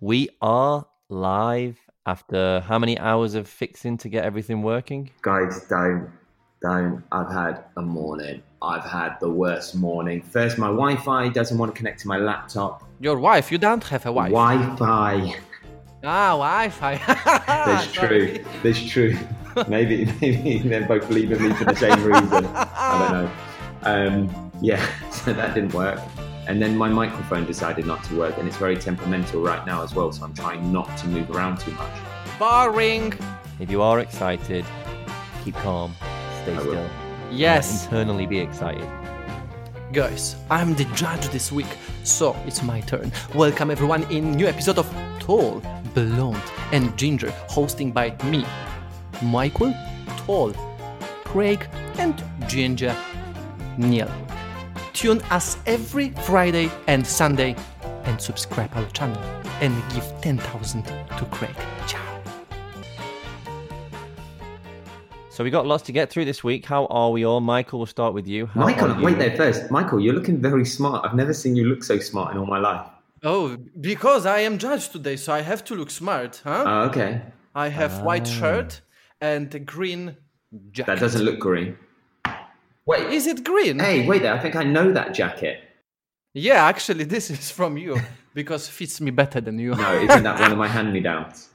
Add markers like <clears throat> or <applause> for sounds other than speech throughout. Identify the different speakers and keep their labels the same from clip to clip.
Speaker 1: We are live after how many hours of fixing to get everything working?
Speaker 2: Guys, don't, don't. I've had a morning. I've had the worst morning. First, my Wi Fi doesn't want to connect to my laptop.
Speaker 3: Your wife? You don't have a wife.
Speaker 2: Wi Fi.
Speaker 3: Ah, Wi-Fi.
Speaker 1: Ah,
Speaker 2: That's
Speaker 3: <laughs> Sorry.
Speaker 2: true. That's true. Maybe, maybe they're both leaving me for the same reason. I don't know. Um, yeah, <laughs> so that didn't work. And then my microphone decided not to work, and it's very temperamental right now as well. So I'm trying not to move around too much.
Speaker 3: Boring.
Speaker 1: If you are excited, keep calm, stay
Speaker 2: I will.
Speaker 1: still.
Speaker 3: Yes.
Speaker 1: Internally be excited.
Speaker 3: Guys, I'm the judge this week, so it's my turn. Welcome everyone in new episode of Tall, Blonde and Ginger, hosting by me, Michael, Tall, Craig and Ginger Neil. Tune us every Friday and Sunday and subscribe our channel and give 10,000 to Craig. Ciao.
Speaker 1: So we got lots to get through this week. How are we all? Michael, we'll start with you. How
Speaker 2: Michael,
Speaker 1: are you?
Speaker 2: wait there first. Michael, you're looking very smart. I've never seen you look so smart in all my life.
Speaker 3: Oh, because I am judge today, so I have to look smart, huh?
Speaker 2: Oh, okay.
Speaker 3: I have white shirt and a green jacket.
Speaker 2: Ah. That doesn't look green. Wait,
Speaker 3: Is it green?
Speaker 2: Hey, wait there. I think I know that jacket.
Speaker 3: Yeah, actually, this is from
Speaker 2: <laughs>
Speaker 3: you because fits me better than you. <laughs>
Speaker 2: No, isn't that one of my hand me downs?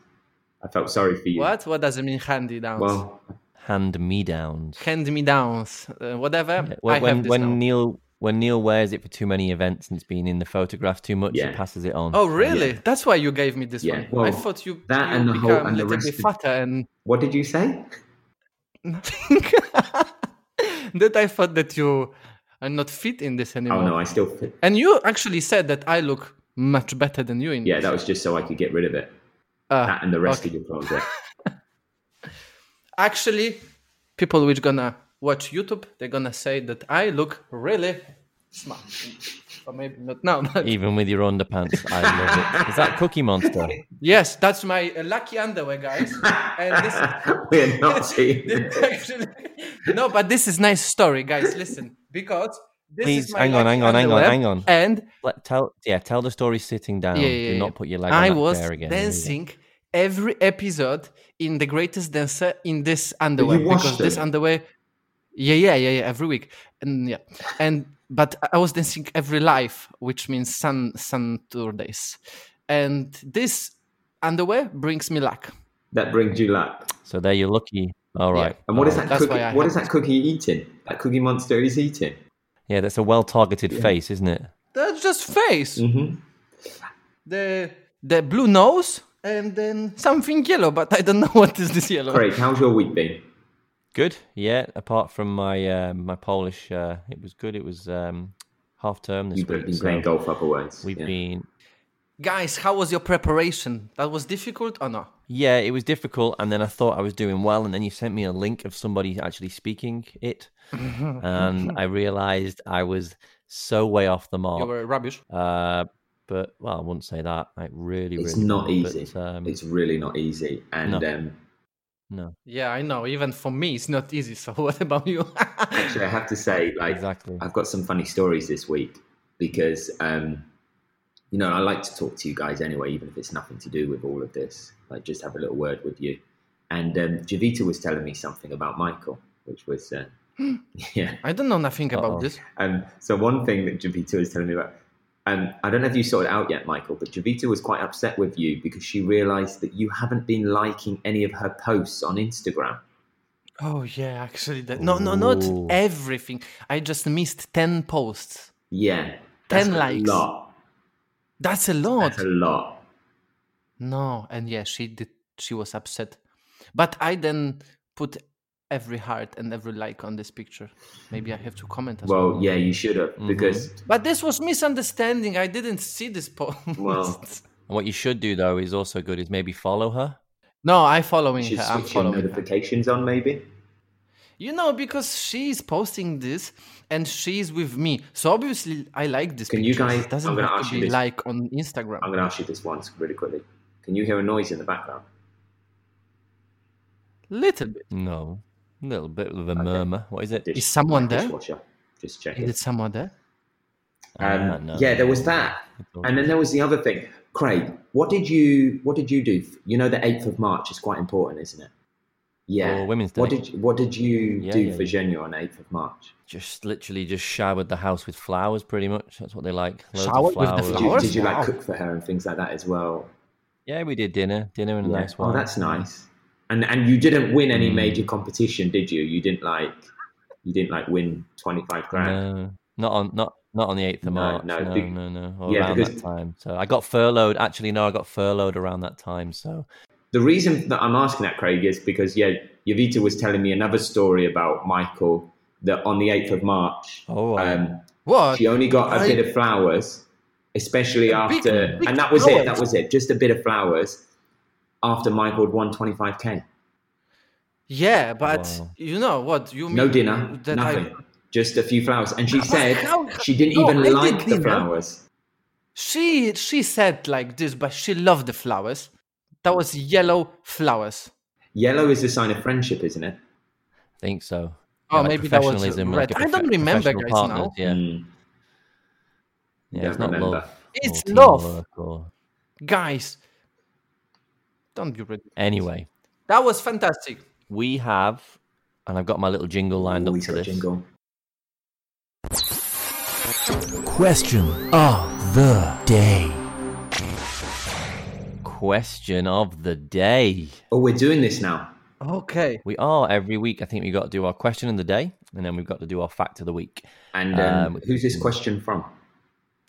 Speaker 2: I felt sorry for you.
Speaker 3: What? What does it mean, handy downs?
Speaker 2: Well,
Speaker 1: Hand me downs.
Speaker 3: hand me downs, uh, whatever. I
Speaker 1: When
Speaker 3: have
Speaker 1: when,
Speaker 3: this
Speaker 1: when
Speaker 3: now.
Speaker 1: Neil when Neil wears it for too many events and it's been in the photograph too much,
Speaker 2: Yeah.
Speaker 1: it passes it on.
Speaker 3: Oh, really? That's why you gave me this
Speaker 2: Yeah,
Speaker 3: one.
Speaker 2: well,
Speaker 3: I thought you
Speaker 2: that
Speaker 3: you
Speaker 2: and the whole-
Speaker 3: become
Speaker 2: and the
Speaker 3: little bit
Speaker 2: rest of-
Speaker 3: fatter and <laughs>
Speaker 2: what did you say?
Speaker 3: nothing. <laughs> that I thought that you are not fit in this anymore.
Speaker 2: Oh no, I still. Fit.
Speaker 3: And you actually said that I look much better than you in
Speaker 2: Yeah,
Speaker 3: this.
Speaker 2: that was just so I could get rid of it.
Speaker 3: Ah,
Speaker 2: That and the rest
Speaker 3: okay.
Speaker 2: of your closet. <laughs>
Speaker 3: actually people which gonna watch youtube they're gonna say that i look really smart or maybe not now
Speaker 1: <laughs>
Speaker 3: but
Speaker 1: Even with your underpants, I love it. Is that Cookie Monster?
Speaker 2: <laughs>
Speaker 3: yes that's my uh, lucky underwear guys
Speaker 1: <laughs>
Speaker 3: and this
Speaker 2: We're not
Speaker 3: <laughs>
Speaker 2: seeing.
Speaker 3: actually <laughs> no but this is nice story guys listen because this
Speaker 1: Please,
Speaker 3: is my
Speaker 1: hang on,
Speaker 3: lucky
Speaker 1: hang on, hang on,
Speaker 3: underwear,
Speaker 1: hang on.
Speaker 3: and
Speaker 1: Let, tell yeah, tell the story sitting down.
Speaker 3: yeah, yeah,
Speaker 1: Do
Speaker 3: yeah.
Speaker 1: not put your leg
Speaker 3: I
Speaker 1: on that
Speaker 3: was
Speaker 1: chair again.
Speaker 3: dancing every episode in the greatest dancer in this underwear
Speaker 2: you washed
Speaker 3: because this
Speaker 2: them.
Speaker 3: underwear yeah yeah yeah yeah every week and yeah and but I was dancing every live which means sun sun tour days and this underwear brings me luck
Speaker 2: That brings you luck.
Speaker 1: So there you're lucky. All right.
Speaker 2: And what is
Speaker 1: all right.
Speaker 2: that
Speaker 3: Oh, That's
Speaker 2: cookie?
Speaker 3: why I
Speaker 2: What is that cookie eating? That cookie monster is eating.
Speaker 1: Yeah, that's a well targeted face, isn't it?
Speaker 3: that's just face
Speaker 2: Mm-hmm.
Speaker 3: the the blue nose and then something yellow but I don't know <laughs> what is this yellow
Speaker 2: Craig, how's your week been?
Speaker 1: Good. Yeah. Apart from my uh, my Polish, uh, it was good. It was um, half term this
Speaker 2: You've
Speaker 1: week.
Speaker 2: been
Speaker 1: so
Speaker 2: playing golf otherwise.
Speaker 1: We've
Speaker 2: yeah.
Speaker 1: been.
Speaker 3: guys how was your preparation that was difficult or no
Speaker 1: Yeah, it was difficult, and then I thought I was doing well, and then you sent me a link of somebody actually speaking
Speaker 2: <laughs>
Speaker 1: it, and I realised I was so way off the
Speaker 3: you
Speaker 1: mark.
Speaker 3: were rubbish
Speaker 1: Uh, but well, I wouldn't say that. I really,
Speaker 2: It's
Speaker 1: really
Speaker 2: not
Speaker 1: wasn't,
Speaker 2: easy.
Speaker 1: But, um,
Speaker 2: It's really not easy. And
Speaker 1: No.
Speaker 2: um,
Speaker 1: no,
Speaker 3: Yeah, I know. Even for me, it's not easy. So <laughs> what about you?
Speaker 2: actually, I have to say, like,
Speaker 1: exactly.
Speaker 2: I've got some funny stories this week because, um, you know, I like to talk to you guys anyway, even if it's nothing to do with all of this. Like, just have a little word with you. And um, Javita was telling me something about Michael, which was, uh, <laughs> yeah.
Speaker 3: I don't know nothing
Speaker 1: Uh-oh.
Speaker 3: about this.
Speaker 2: Um, so one thing that Javita was telling me about, um, I don't know if you saw it out yet, Michael, but Javita was quite upset with you because she realised that you haven't been liking any of her posts on Instagram.
Speaker 3: Oh yeah, actually, that no, no, not
Speaker 1: Ooh.
Speaker 3: everything. I just missed ten posts.
Speaker 2: Yeah,
Speaker 3: 10 likes.
Speaker 2: A lot.
Speaker 3: That's a lot.
Speaker 2: That's a lot.
Speaker 3: No, and yeah, she did. She was upset, but I then put every heart and every like on this picture. Maybe I have to comment as well.
Speaker 2: Well, yeah, you should have because
Speaker 3: But this was misunderstanding. I didn't see this <laughs> post.
Speaker 2: Well,
Speaker 1: And what you should do though is also good is maybe follow her.
Speaker 3: no, I following
Speaker 2: should
Speaker 3: her. I'm
Speaker 2: switch your
Speaker 3: following her.
Speaker 2: notifications on, maybe.
Speaker 3: You know, because she's posting this and she's with me. So obviously I like this
Speaker 2: Can you
Speaker 3: picture.
Speaker 2: guys-
Speaker 3: it doesn't
Speaker 2: I'm gonna
Speaker 3: have
Speaker 2: ask
Speaker 3: to
Speaker 2: you
Speaker 3: be
Speaker 2: this. Um,
Speaker 3: like on Instagram.
Speaker 2: I'm going to ask you this once really quickly. Can you hear a noise in the background?
Speaker 3: Little bit.
Speaker 1: No, a little bit of a murmur. What is it?
Speaker 2: Dish-
Speaker 3: Is someone there?
Speaker 2: Dishwasher. Just
Speaker 3: Is
Speaker 2: checking.
Speaker 3: it someone there?
Speaker 1: Ah,
Speaker 2: Um,
Speaker 1: no.
Speaker 2: yeah, there was that,
Speaker 1: It's all
Speaker 2: and then there was the other thing. Craig, what did you what did you do? You know, the eighth of March is quite important, isn't it? Yeah.
Speaker 1: Or Women's
Speaker 2: What
Speaker 1: Day.
Speaker 2: did you, what did you
Speaker 1: Yeah,
Speaker 2: do
Speaker 1: yeah,
Speaker 2: for
Speaker 1: yeah.
Speaker 2: Genu on eighth of March?
Speaker 1: Just literally just showered the house with flowers, pretty much. That's what they like. Loads of
Speaker 3: Showered with the
Speaker 2: Did you,
Speaker 3: Flowers?
Speaker 2: did you like
Speaker 3: Wow.
Speaker 2: cook for her and things like that as well?
Speaker 1: Yeah, we did dinner, dinner and a
Speaker 2: Yeah.
Speaker 1: nice
Speaker 2: Oh,
Speaker 1: one. Hmm.
Speaker 2: that's nice. And and you didn't win any major competition, did you? You didn't like you didn't like win twenty five grand.
Speaker 1: No, not on not not on the eighth of
Speaker 2: No,
Speaker 1: March.
Speaker 2: no,
Speaker 1: No, no,
Speaker 2: big-
Speaker 1: no, Or
Speaker 2: Yeah,
Speaker 1: around
Speaker 2: because-
Speaker 1: that time. So I got furloughed. Actually, no, I got furloughed around that time. So
Speaker 2: The reason that I'm asking that, Craig, is because yeah, Yovita was telling me another story about Michael that on the eighth of March,
Speaker 1: oh, I-
Speaker 2: um,
Speaker 3: What?
Speaker 2: she only got a
Speaker 3: I-
Speaker 2: bit of flowers, especially
Speaker 3: A big-
Speaker 2: after,
Speaker 3: big
Speaker 2: and that was it.
Speaker 3: flowers.
Speaker 2: That was it. Just a bit of flowers after Michael had won twenty five k.
Speaker 3: Yeah, but
Speaker 1: Wow.
Speaker 3: you know what? You mean
Speaker 2: No dinner,
Speaker 3: that I-
Speaker 2: nothing, just a few flowers. And she said
Speaker 3: how-
Speaker 2: she didn't
Speaker 3: No, I
Speaker 2: even
Speaker 3: did
Speaker 2: like the
Speaker 3: dinner.
Speaker 2: flowers.
Speaker 3: She she said like this, but she loved the flowers. That was yellow flowers.
Speaker 2: Yellow is the sign of friendship, isn't it?
Speaker 1: think so.
Speaker 3: Oh,
Speaker 1: Yeah, like
Speaker 3: maybe that was
Speaker 1: professionalism,
Speaker 3: red.
Speaker 1: a
Speaker 3: I don't
Speaker 1: profe-
Speaker 3: remember,
Speaker 1: professional
Speaker 3: guys, now.
Speaker 1: Yeah,
Speaker 2: Mm.
Speaker 1: yeah,
Speaker 2: Don't
Speaker 1: it's not
Speaker 2: remember.
Speaker 1: love.
Speaker 3: It's
Speaker 1: or teamwork
Speaker 3: love,
Speaker 1: Or...
Speaker 3: guys. Don't be ridiculous.
Speaker 1: Anyway,
Speaker 3: That was fantastic.
Speaker 1: we have, and I've got my little jingle lined
Speaker 2: Ooh,
Speaker 1: up
Speaker 2: he's
Speaker 1: for
Speaker 2: got a
Speaker 1: this.
Speaker 2: jingle.
Speaker 4: Question of the day.
Speaker 1: Question of the day.
Speaker 2: Oh, we're doing this now.
Speaker 3: Okay.
Speaker 1: We are every week. I think we've got to do our question of the day, and then we've got to do our fact of the week.
Speaker 2: And um,
Speaker 1: Um,
Speaker 2: who's this
Speaker 3: mm.
Speaker 2: question from?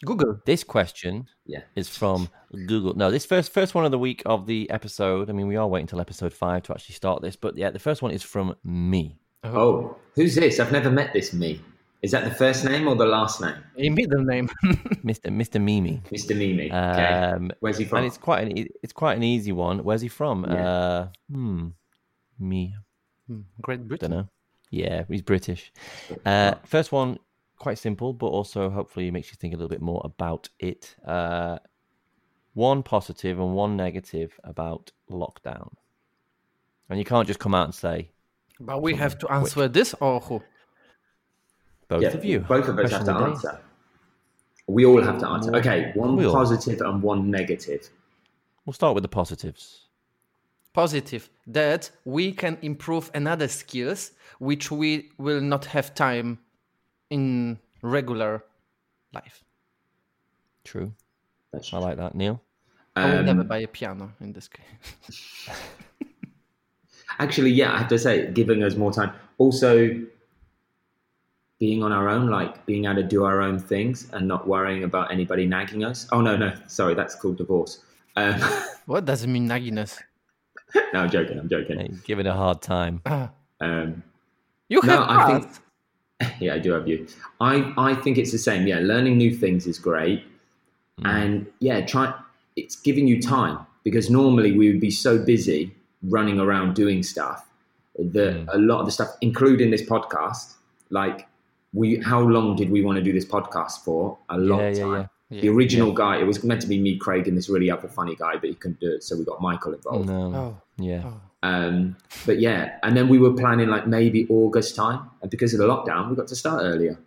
Speaker 3: Google.
Speaker 1: This question
Speaker 2: Yeah.
Speaker 1: is from Google. No, this first first one of the week of the episode. I mean, we are waiting till episode five to actually start this, but yeah, the first one is from me. <laughs>
Speaker 2: Oh, who's this? I've never met this me. Is that the first name or the last name?
Speaker 3: A middle name. <laughs>
Speaker 1: Mr. Mr. Mimi.
Speaker 2: Mr. Mimi. okay.
Speaker 1: Um,
Speaker 2: Where's he from?
Speaker 1: and it's quite an e- it's quite an easy one. Where's he from?
Speaker 2: Yeah.
Speaker 1: Uh, hmm, me.
Speaker 3: Great
Speaker 1: Don't
Speaker 3: Britain.
Speaker 1: know. Yeah, he's British. Uh, first one, quite simple, but also hopefully makes you think a little bit more about it. Uh, one positive and one negative about lockdown, and you can't just come out and say
Speaker 4: uh,
Speaker 3: But we have to answer this or who?
Speaker 1: both
Speaker 2: Yeah,
Speaker 1: of you.
Speaker 2: Both of us
Speaker 1: Question
Speaker 2: have to
Speaker 1: of the day.
Speaker 2: answer. We all have to answer. Okay, one
Speaker 1: We all.
Speaker 2: positive and one negative.
Speaker 1: We'll start with the positives.
Speaker 3: Positive that we can improve another skills which we will not have time in regular life.
Speaker 1: True.
Speaker 2: That's
Speaker 1: I like that, Neil.
Speaker 3: I will
Speaker 2: Um,
Speaker 3: never buy a piano in this case. <laughs>
Speaker 2: actually, yeah, I have to say, giving us more time. Also, being on our own, like being able to do our own things and not worrying about anybody nagging us. Oh, no, no, sorry, that's called divorce. Um, <laughs>
Speaker 3: What does it mean, nagginess?
Speaker 2: no, I'm joking, I'm
Speaker 1: Eh,
Speaker 2: joking.
Speaker 1: Give it a hard time.
Speaker 3: Ah,
Speaker 2: Um,
Speaker 3: you
Speaker 2: No,
Speaker 3: have
Speaker 2: I think-
Speaker 3: asked.
Speaker 2: yeah, I do have you. I, I think it's the same. Yeah, learning new things is great.
Speaker 3: Mm.
Speaker 2: And yeah, try it's giving you time because normally we would be so busy running around doing stuff that
Speaker 3: Mm.
Speaker 2: a lot of the stuff, including this podcast, like we how long did we want to do this podcast for? A long
Speaker 1: Yeah, yeah,
Speaker 2: time.
Speaker 1: yeah.
Speaker 2: The
Speaker 3: Yeah.
Speaker 2: original guy, it was meant to be me, Craig, and this really other funny guy, but he couldn't do it, so we got Michael involved.
Speaker 1: No.
Speaker 3: Oh,
Speaker 1: Yeah.
Speaker 3: oh.
Speaker 2: Um, but yeah, and then we were planning like maybe August time, and because of the lockdown, we got to start earlier.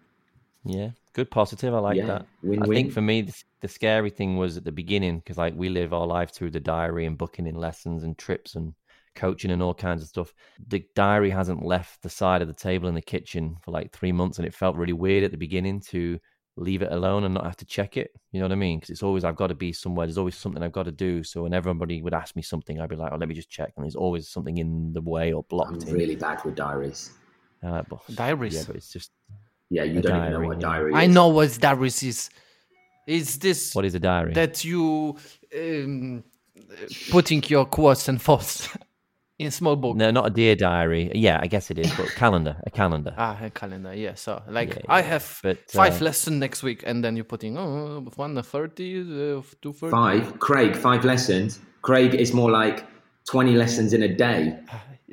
Speaker 1: Yeah, good positive. I like
Speaker 2: Yeah,
Speaker 1: that. I
Speaker 2: win-win.
Speaker 1: think for me, the, the scary thing was at the beginning because like we live our life through the diary and booking in lessons and trips and coaching and all kinds of stuff. The diary hasn't left the side of the table in the kitchen for like three months, and it felt really weird at the beginning to leave it alone and not have to check it. You know what I mean? Because it's always I've got to be somewhere. There's always something I've got to do. So when everybody would ask me something, I'd be like, "Oh, let me just check," and there's always something in the way or
Speaker 2: I'm
Speaker 1: blocked. in.
Speaker 2: really bad with diaries.
Speaker 1: Uh, but-
Speaker 3: Diaries.
Speaker 1: Yeah, but it's just
Speaker 2: Yeah, you
Speaker 1: A
Speaker 2: don't even know
Speaker 1: diary,
Speaker 2: what a
Speaker 1: yeah.
Speaker 2: diary is.
Speaker 3: I know what diaries is. It's this
Speaker 1: what is a diary?
Speaker 3: that you um, putting your quotes and thoughts <laughs> in small book.
Speaker 1: No, not a dear diary. Yeah, I guess it is,
Speaker 3: <laughs>
Speaker 1: but calendar, a calendar.
Speaker 3: Ah, a calendar. Yeah. So like
Speaker 1: Yeah,
Speaker 3: I
Speaker 1: yeah,
Speaker 3: have
Speaker 1: but,
Speaker 3: five
Speaker 1: uh,
Speaker 3: lesson next week, and then you put in oh, one thirty, uh, two thirty.
Speaker 2: Five, Craig, five lessons. Craig is more like 20 lessons in a day.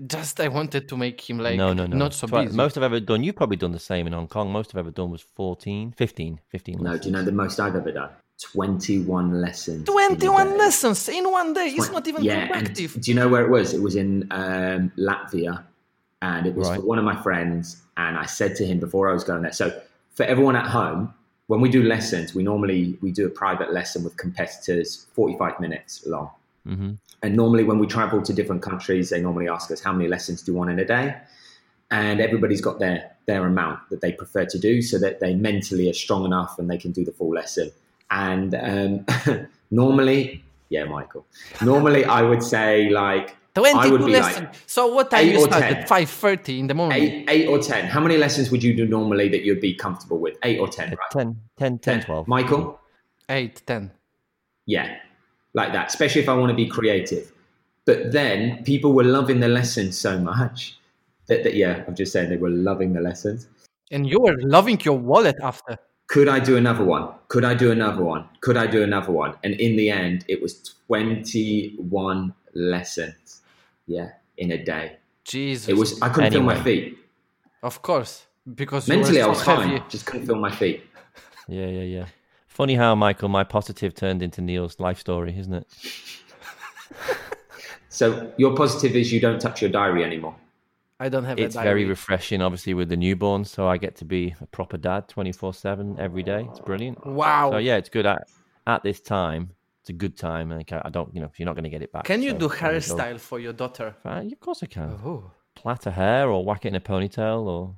Speaker 3: Just I wanted to make him like
Speaker 1: no, no, no.
Speaker 3: not so
Speaker 1: Twi-
Speaker 3: busy.
Speaker 1: Most I've ever done, you've probably done the same in Hong Kong. Most I've ever done was 14, 15, 15
Speaker 2: No,
Speaker 1: lessons.
Speaker 2: do you know the most I've ever done? 21 lessons. in a day.
Speaker 3: Twenty-one lessons in one day. It's
Speaker 2: Twen-
Speaker 3: not even
Speaker 2: yeah, and
Speaker 3: productive.
Speaker 2: Do you know where it was? It was in um, Latvia and it was
Speaker 1: Right.
Speaker 2: for one of my friends. And I said to him before I was going there, so for everyone at home, when we do lessons, we normally we do a private lesson with competitors, 45 minutes long.
Speaker 1: Mhm.
Speaker 2: And normally, when we travel to different countries, they normally ask us how many lessons do you want in a day, and everybody's got their their amount that they prefer to do, so that they mentally are strong enough and they can do the full lesson. And um, <laughs> normally, yeah, Michael. Normally, I would say like I
Speaker 3: 22
Speaker 2: would be
Speaker 3: lessons.
Speaker 2: like
Speaker 3: so what time
Speaker 2: eight
Speaker 3: you
Speaker 2: or
Speaker 3: start
Speaker 2: 10.
Speaker 3: at 5.30 in the morning?
Speaker 2: eight, eight or ten. How many lessons would you do normally that you'd be comfortable with? Eight or ten, right?
Speaker 1: 10, 10, 10, 12.
Speaker 2: Michael.
Speaker 3: 8, 10.
Speaker 2: Yeah, like that, especially if I want to be creative. But then people were loving the lessons so much that, that yeah, I'm just saying they were loving the lessons.
Speaker 3: And you were loving your wallet after.
Speaker 2: Could I do another one? Could I do another one? Could I do another one? And in the end, it was 21 lessons. Yeah, in a day.
Speaker 3: Jesus.
Speaker 2: It was, I couldn't feel my
Speaker 1: Anyway.
Speaker 2: feet.
Speaker 3: Of course. Because you were
Speaker 2: Mentally, I
Speaker 3: so
Speaker 2: was fine,
Speaker 3: heavy.
Speaker 2: just couldn't feel my feet.
Speaker 1: Yeah, yeah, yeah. Funny how, Michael, my positive turned into Neil's life story, isn't it?
Speaker 2: So, your positive is you don't touch your diary anymore.
Speaker 3: I don't have
Speaker 1: It's
Speaker 3: a
Speaker 1: very
Speaker 3: diary.
Speaker 1: refreshing, obviously, with the newborn. So I get to be a proper dad 24 7 every day. It's brilliant.
Speaker 3: wow.
Speaker 1: So yeah, it's good at, at this time. It's a good time. And I ca- I don't, you know, you're not going to get it back.
Speaker 3: Can you
Speaker 1: so
Speaker 3: do
Speaker 1: there you go.
Speaker 3: hairstyle for your daughter?
Speaker 1: Uh, of course I can.
Speaker 3: Oh,
Speaker 1: Plait her hair or whack it in a ponytail or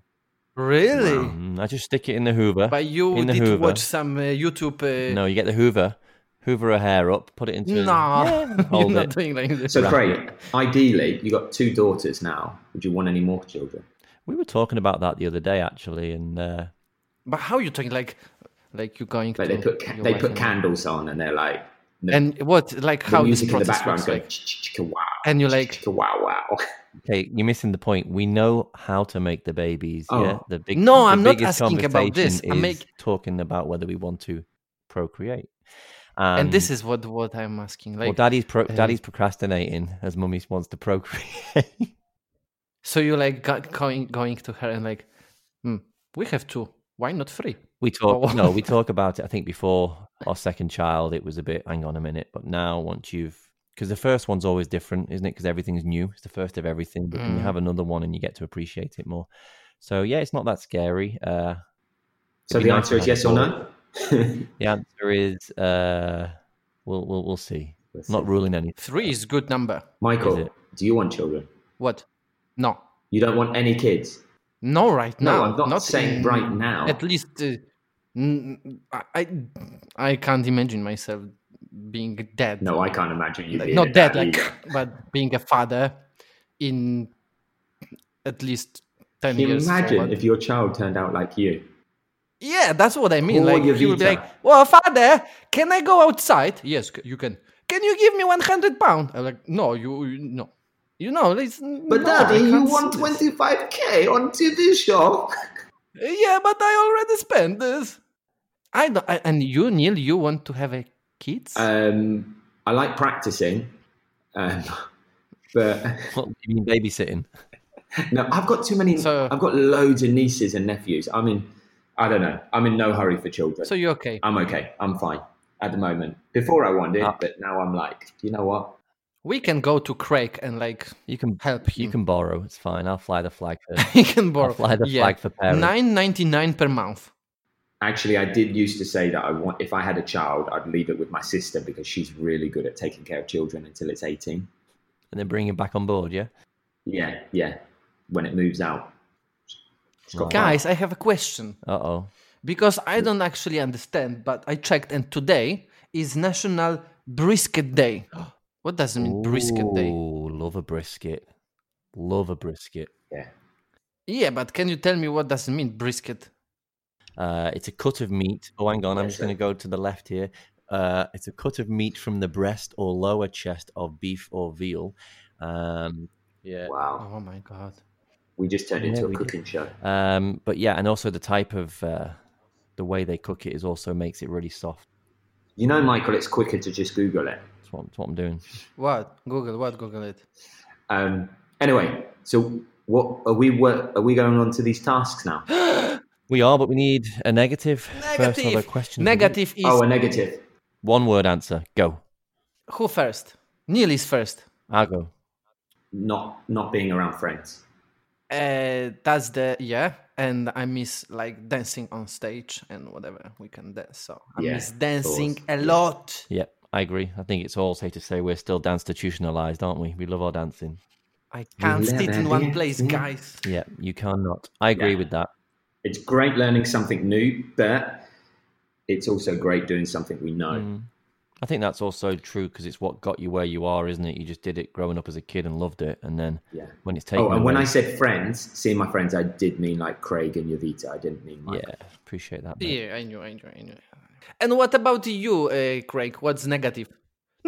Speaker 3: really?
Speaker 1: Mm, I just stick it in the Hoover.
Speaker 3: But you
Speaker 1: in the
Speaker 3: did
Speaker 1: Hoover.
Speaker 3: watch some uh, YouTube. Uh,
Speaker 1: No, you get the Hoover, Hoover her hair up, put it into.
Speaker 3: no,
Speaker 1: <laughs> Yeah,
Speaker 3: <laughs> you're
Speaker 1: hold
Speaker 3: not
Speaker 1: it.
Speaker 3: doing like this.
Speaker 2: So, Craig, ideally, you got two daughters now. Would you want any more children?
Speaker 1: We were talking about that the other day actually, and uh,
Speaker 3: But how you talking like, like you're going
Speaker 2: Like
Speaker 3: to
Speaker 2: they put ca-
Speaker 3: your
Speaker 2: they
Speaker 3: wife
Speaker 2: put
Speaker 3: and-
Speaker 2: candles on, and they're like the,
Speaker 3: and what like
Speaker 2: the
Speaker 3: how this
Speaker 2: music in the
Speaker 3: process
Speaker 2: background
Speaker 3: works
Speaker 2: going
Speaker 3: like,
Speaker 2: "Ch-ch-ch-ch-wow,
Speaker 3: and you're like
Speaker 2: wow wow.
Speaker 1: okay, you're missing the point. We know how to make the babies.
Speaker 2: Oh.
Speaker 1: Yeah, the big.
Speaker 3: No,
Speaker 1: the
Speaker 3: I'm not
Speaker 1: biggest
Speaker 3: asking about this.
Speaker 1: conversation
Speaker 3: I
Speaker 1: is
Speaker 3: make-
Speaker 1: talking about whether we want to procreate.
Speaker 3: and this is what what I'm asking like
Speaker 1: well, daddy's pro- daddy's procrastinating as mummy wants to procreate.
Speaker 3: so you like go- going going to her and like hmm, we have two why not three
Speaker 1: we talk
Speaker 3: Oh.
Speaker 1: no, we talk about it. I think
Speaker 3: <laughs>
Speaker 1: before our second child, it was a bit. Hang on a minute, but now once you've because the first one's always different, isn't it? Because everything's new. It's the first of everything, but then you
Speaker 3: Mm.
Speaker 1: have another one and you get to appreciate it more. So yeah, it's not that scary. Uh,
Speaker 2: So
Speaker 1: It'd be
Speaker 2: the
Speaker 1: nice
Speaker 2: answer
Speaker 1: to
Speaker 2: is
Speaker 1: have a
Speaker 2: yes or no. <laughs>
Speaker 3: <laughs>
Speaker 1: the answer is uh, we'll we'll we'll see.
Speaker 2: We'll
Speaker 1: Not
Speaker 2: see.
Speaker 1: ruling anything. <laughs>
Speaker 3: three is good number
Speaker 1: Is
Speaker 2: Michael,
Speaker 1: it?
Speaker 2: do you want children?
Speaker 3: what no
Speaker 2: You don't want any kids?
Speaker 3: no right
Speaker 2: No,
Speaker 3: now
Speaker 2: I'm not, saying
Speaker 3: in-
Speaker 2: right now.
Speaker 3: at least uh, n- I, I- I can't imagine myself being dead
Speaker 2: No, I can't imagine you
Speaker 3: Like,
Speaker 2: being a
Speaker 3: not dead
Speaker 2: dad
Speaker 3: <laughs> like
Speaker 2: either.
Speaker 3: but being a father in at least 10
Speaker 2: Can you
Speaker 3: years
Speaker 2: imagine
Speaker 3: forward.
Speaker 2: if your child turned out like you?
Speaker 3: yeah that's what i mean
Speaker 2: All
Speaker 3: like
Speaker 2: your
Speaker 3: you would be
Speaker 2: vita.
Speaker 3: like well father can i go outside yes c- you can can you give me 100 pound i'm like no you, you no you know it's
Speaker 2: But
Speaker 3: no, I
Speaker 2: daddy, you
Speaker 3: can't see
Speaker 2: want
Speaker 3: this.
Speaker 2: 25k on TV show.
Speaker 3: yeah but i already spent this i don't I, and you neil you want to have a kids
Speaker 2: Um, I like practicing, um, <laughs> but
Speaker 1: What do you mean babysitting?
Speaker 2: No, I've got too many.
Speaker 3: So-
Speaker 2: I've got loads of nieces and nephews. I'm in. I don't know. I'm in no hurry for children.
Speaker 3: so you're okay
Speaker 2: I'm okay. I'm fine at the moment. Before I wanted, but now I'm like, you know what?
Speaker 3: we can go to craig and like <laughs>
Speaker 1: You can
Speaker 3: help him
Speaker 1: you can borrow. It's fine. I'll fly the flag.
Speaker 3: <laughs>
Speaker 1: First.
Speaker 3: You can borrow.
Speaker 1: fly the flag for parents.
Speaker 3: Nine ninety nine per month.
Speaker 2: Actually, I did used to say that I want. If I had a child, I'd leave it with my sister because she's really good at taking care of children until it's 18.
Speaker 1: and then bring him back on board. Yeah.
Speaker 2: Yeah, yeah. When it moves out, It's got fun.
Speaker 3: Guys, I have a question
Speaker 1: Uh oh.
Speaker 3: because I don't actually understand, but I checked, and today is National Brisket Day. <gasps> What does it mean, brisket day?
Speaker 1: Ooh, love a brisket. Love a brisket.
Speaker 2: Yeah.
Speaker 3: Yeah, but can you tell me what does it mean, brisket?
Speaker 1: Uh, it's a cut of meat. Oh, hang on. I'm just going to go to the left here. Uh, it's a cut of meat from the breast or lower chest of beef or veal. Um, yeah.
Speaker 2: Wow.
Speaker 3: Oh my god!
Speaker 2: We just turned
Speaker 1: Yeah,
Speaker 2: into a
Speaker 1: we did.
Speaker 2: cooking show.
Speaker 1: Um, but yeah, and also the type of uh, the way they cook it is also makes it really soft.
Speaker 2: You know, Michael, it's quicker to just Google it.
Speaker 1: That's what, that's what I'm doing.
Speaker 3: What Google? What Google it?
Speaker 2: Um, anyway, so what are we? What, are we going on to these tasks now?
Speaker 1: We are, but we need a negative. First of all, the
Speaker 3: Negative.
Speaker 1: questions we need.
Speaker 3: Negative is
Speaker 2: oh, a negative.
Speaker 1: One word answer. Go.
Speaker 3: who first? Neil is first.
Speaker 1: I'll go.
Speaker 2: Not not being around friends.
Speaker 3: Uh, that's the yeah. and I miss like dancing on stage and whatever we can dance. So I
Speaker 2: Yeah,
Speaker 3: miss
Speaker 2: of
Speaker 3: dancing
Speaker 2: course.
Speaker 3: a lot.
Speaker 1: Yep, I agree. I think it's all safe to say we're still dance institutionalized, aren't we? We love our dancing.
Speaker 3: I can't sit in one
Speaker 2: yeah,
Speaker 3: place,
Speaker 2: yeah.
Speaker 3: guys.
Speaker 1: Yeah, you cannot. I agree
Speaker 2: Yeah.
Speaker 1: with that.
Speaker 2: It's great learning something new, but it's also great doing something we know.
Speaker 1: I think that's also true because it's what got you where you are, isn't it? You just did it growing up as a kid and loved it, and then
Speaker 2: Yeah.
Speaker 1: when it's taken
Speaker 2: Oh, and when
Speaker 1: away-
Speaker 2: I said friends, seeing my friends, I did mean like Craig and Yovita. I didn't mean Michael.
Speaker 1: yeah, appreciate that. mate.
Speaker 3: Yeah, I knew, I knew, I knew. And what about you, uh, Craig? What's negative?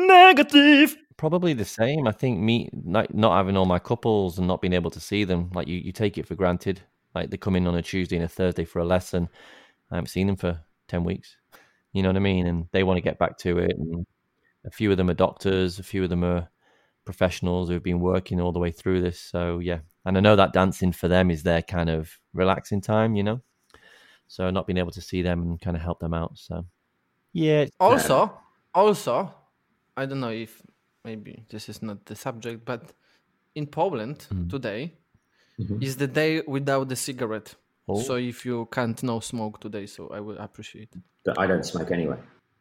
Speaker 1: Negative. Probably the same. I think me like not having all my couples and not being able to see them, like you, you take it for granted. Like they come in on a Tuesday and a Thursday for a lesson. I haven't seen them for ten weeks. You know what I mean? And they want to get back to it. And a few of them are doctors, a few of them are professionals who've been working all the way through this. So yeah. And I know that dancing for them is their kind of relaxing time, you know? So not being able to see them and kind of help them out. So yeah, it's
Speaker 3: Also, also, I don't know if maybe this is not the subject, but in Poland
Speaker 1: Hmm.
Speaker 3: today is the day without the cigarette.
Speaker 1: Mm-hmm. Oh.
Speaker 3: So if you can't no smoke today, so I will appreciate. it.
Speaker 2: But I don't smoke anyway.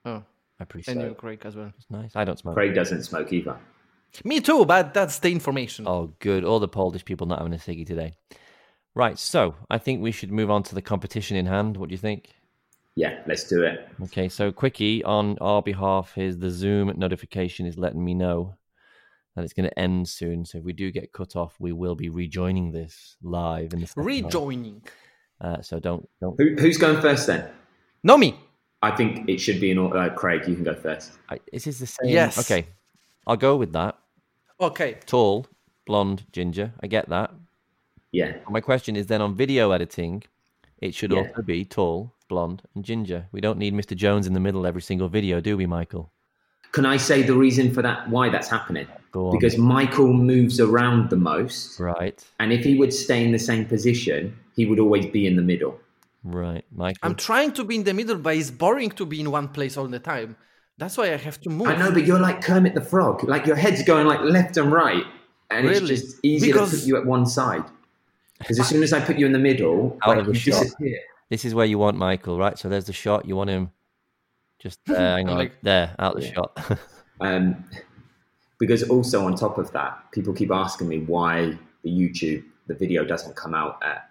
Speaker 3: Oh,
Speaker 1: I appreciate
Speaker 3: and
Speaker 1: it.
Speaker 3: you, Craig, as well.
Speaker 1: It's nice. I don't smoke.
Speaker 2: Craig doesn't smoke either.
Speaker 3: Me too, but that's the information.
Speaker 1: Oh, good. All the Polish people not having a ciggy today. Right. So I think we should move on to the competition in hand. What do you think?
Speaker 2: Yeah, let's do it.
Speaker 1: Okay. So Quickie on our behalf is the Zoom notification is letting me know that it's going to end soon. So if we do get cut off, we will be rejoining this live in the second half.
Speaker 3: Rejoining.
Speaker 1: Uh, so don't don't.
Speaker 2: Who, who's going first then?
Speaker 3: No me.
Speaker 2: I think it should be an or- uh, Craig. You can go first.
Speaker 1: I, is this the same?
Speaker 3: Yes.
Speaker 1: Okay. I'll go with that.
Speaker 3: Okay.
Speaker 1: Tall, blonde, ginger. I get that.
Speaker 2: Yeah,
Speaker 1: My question is then on video editing, it should
Speaker 2: Yeah.
Speaker 1: also be tall, blonde, and ginger. We don't need Mr. Jones in the middle every single video, do we, Michael?
Speaker 2: Can I say the reason for that? Why that's happening?
Speaker 1: Go on.
Speaker 2: Because Michael moves around the most,
Speaker 1: Right,
Speaker 2: and if he would stay in the same position, he would always be in the middle.
Speaker 1: right, Michael.
Speaker 3: I'm trying to be in the middle, but it's boring to be in one place all the time. That's why I have to move.
Speaker 2: I know, but you're like Kermit the Frog. Like your head's going like left and right, and it's
Speaker 3: Really?
Speaker 2: just easier to
Speaker 3: Because-
Speaker 2: put you at one side. Because as soon as I put you in the middle,
Speaker 1: Out
Speaker 2: like,
Speaker 1: of the
Speaker 2: you
Speaker 1: shot.
Speaker 2: disappear.
Speaker 1: this is where you want Michael, right? So there's the shot. You want him just
Speaker 3: <laughs>
Speaker 1: there, hang on,
Speaker 3: like-
Speaker 1: there, out the shot. <laughs>
Speaker 2: Um, because also on top of that, people keep asking me why the YouTube the video doesn't come out at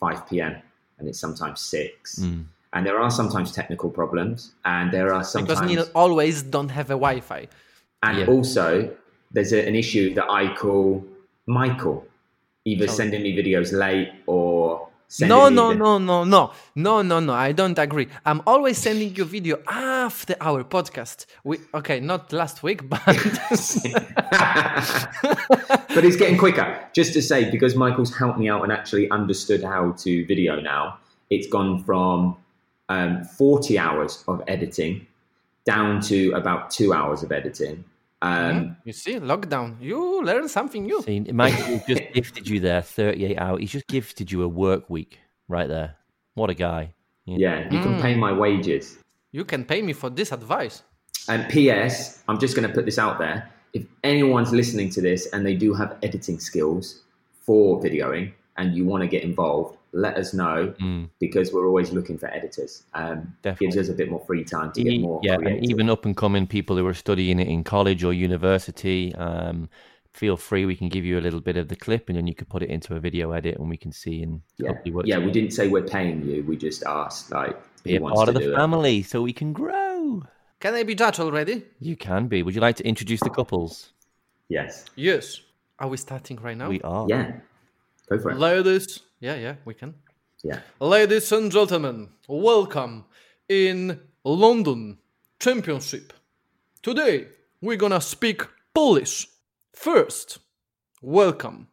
Speaker 2: 5 p.m. and it's sometimes six.
Speaker 3: Hmm.
Speaker 1: Mm.
Speaker 2: And there are sometimes technical problems, and there are
Speaker 3: because
Speaker 2: sometimes
Speaker 3: Neil always don't have a Wi-Fi.
Speaker 2: and
Speaker 1: Yeah.
Speaker 2: also there's a, an issue that I call Michael, either sending me videos late or sending
Speaker 3: No,
Speaker 2: me
Speaker 3: no,
Speaker 2: the-
Speaker 3: no, no, no, no, no, no. I don't agree. I'm always sending you video after our podcast. We okay, not last
Speaker 2: <laughs>
Speaker 3: week, <laughs> but
Speaker 2: but it's getting quicker. Just to say, because Michael's helped me out and actually understood how to video now, it's gone from um, 40 hours of editing down to about two hours of editing. Um,
Speaker 3: you see, lockdown. You learn something new.
Speaker 1: See, Michael just
Speaker 3: <laughs>
Speaker 1: gifted you there 38 hours. He's just gifted you a work week right there. What a guy. Yeah.
Speaker 2: Yeah, you can pay my wages.
Speaker 3: You can pay me for this advice.
Speaker 2: And P.S., I'm just going to put this out there. If anyone's listening to this and they do have editing skills for videoing and you want to get involved, let us know
Speaker 1: Mm.
Speaker 2: because we're always looking for editors. Um,
Speaker 1: Definitely.
Speaker 2: gives us a bit more free time to
Speaker 1: E-
Speaker 2: get more
Speaker 1: yeah,
Speaker 2: creative.
Speaker 1: and even up and coming people who are studying it in college or university, um, feel free. We can give you a little bit of the clip, and then you can put it into a video edit, and we can see and
Speaker 2: yeah.
Speaker 1: hopefully work.
Speaker 2: yeah,
Speaker 1: together.
Speaker 2: we didn't say we're paying you. We just asked like
Speaker 1: be
Speaker 2: who
Speaker 1: a
Speaker 2: wants
Speaker 1: part
Speaker 2: to
Speaker 1: of the
Speaker 2: do it.
Speaker 1: family, so we can grow.
Speaker 3: Can I be judged already?
Speaker 1: You can be. Would you like to introduce the couples?
Speaker 2: Yes.
Speaker 3: Yes. Are we starting right now?
Speaker 1: We are.
Speaker 2: Oh, Yeah. Go for it.
Speaker 3: Ladies, yeah, yeah, we can.
Speaker 2: yeah.
Speaker 3: Ladies and gentlemen, welcome in London Championship. Today we're gonna speak Polish. First, welcome.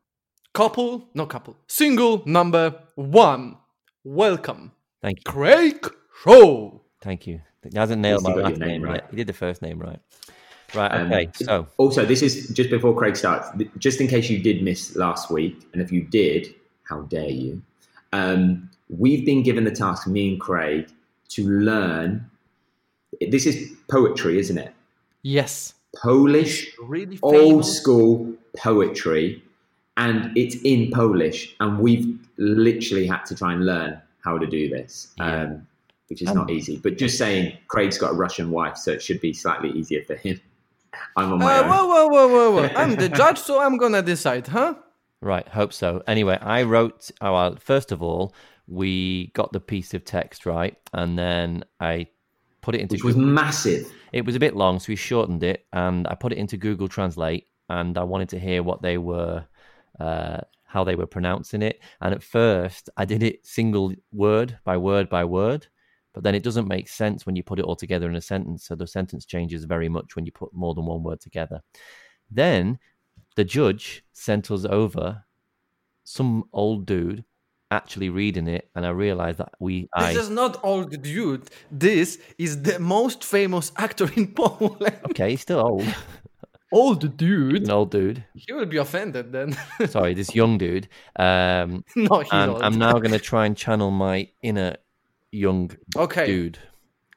Speaker 3: Couple, no couple, single number one. Welcome.
Speaker 1: Thank you.
Speaker 3: Craig Show.
Speaker 1: Thank you. He hasn't nailed
Speaker 2: least
Speaker 1: my
Speaker 2: you got
Speaker 1: last
Speaker 2: your
Speaker 1: name
Speaker 2: name
Speaker 1: right.
Speaker 2: right.
Speaker 1: He did the first name right. Right.
Speaker 2: Um,
Speaker 1: Okay. so
Speaker 2: also, this is just before Craig starts. th- Just in case you did miss last week, and if you did, how dare you? Um, we've been given the task, me and Craig, to learn. This is poetry, isn't it?
Speaker 3: Yes.
Speaker 2: Polish
Speaker 3: Really
Speaker 2: old
Speaker 3: famous.
Speaker 2: school poetry, and it's in Polish, and we've literally had to try and learn how to do this,
Speaker 1: Yeah.
Speaker 2: um, which is
Speaker 1: Um,
Speaker 2: not easy. But just saying, Craig's got a Russian wife, so it should be slightly easier for him. I'm on my
Speaker 3: Uh,
Speaker 2: own.
Speaker 3: whoa, whoa, whoa, whoa, whoa. I'm the judge, so I'm gonna decide, huh?
Speaker 1: Right, hope so. Anyway, I wrote. Oh, well, first of all, we got the piece of text right, and then I put it into.
Speaker 2: which was massive.
Speaker 1: It was a bit long, so we shortened it, and I put it into Google Translate, and I wanted to hear what they were, uh, how they were pronouncing it. And at first, I did it single word by word by word, but then it doesn't make sense when you put it all together in a sentence. So the sentence changes very much when you put more than one word together. Then the judge sent us over some old dude actually reading it, and I realized that we I
Speaker 3: This is not old dude. This is the most famous actor in <laughs> Poland.
Speaker 1: okay, he's still old,
Speaker 3: Old dude.
Speaker 1: an old dude.
Speaker 3: He will be offended then.
Speaker 1: sorry, this young dude. Um,
Speaker 3: <laughs> no, he's
Speaker 1: and
Speaker 3: old.
Speaker 1: I'm now going to try and channel my inner young
Speaker 3: <laughs> okay.
Speaker 1: dude.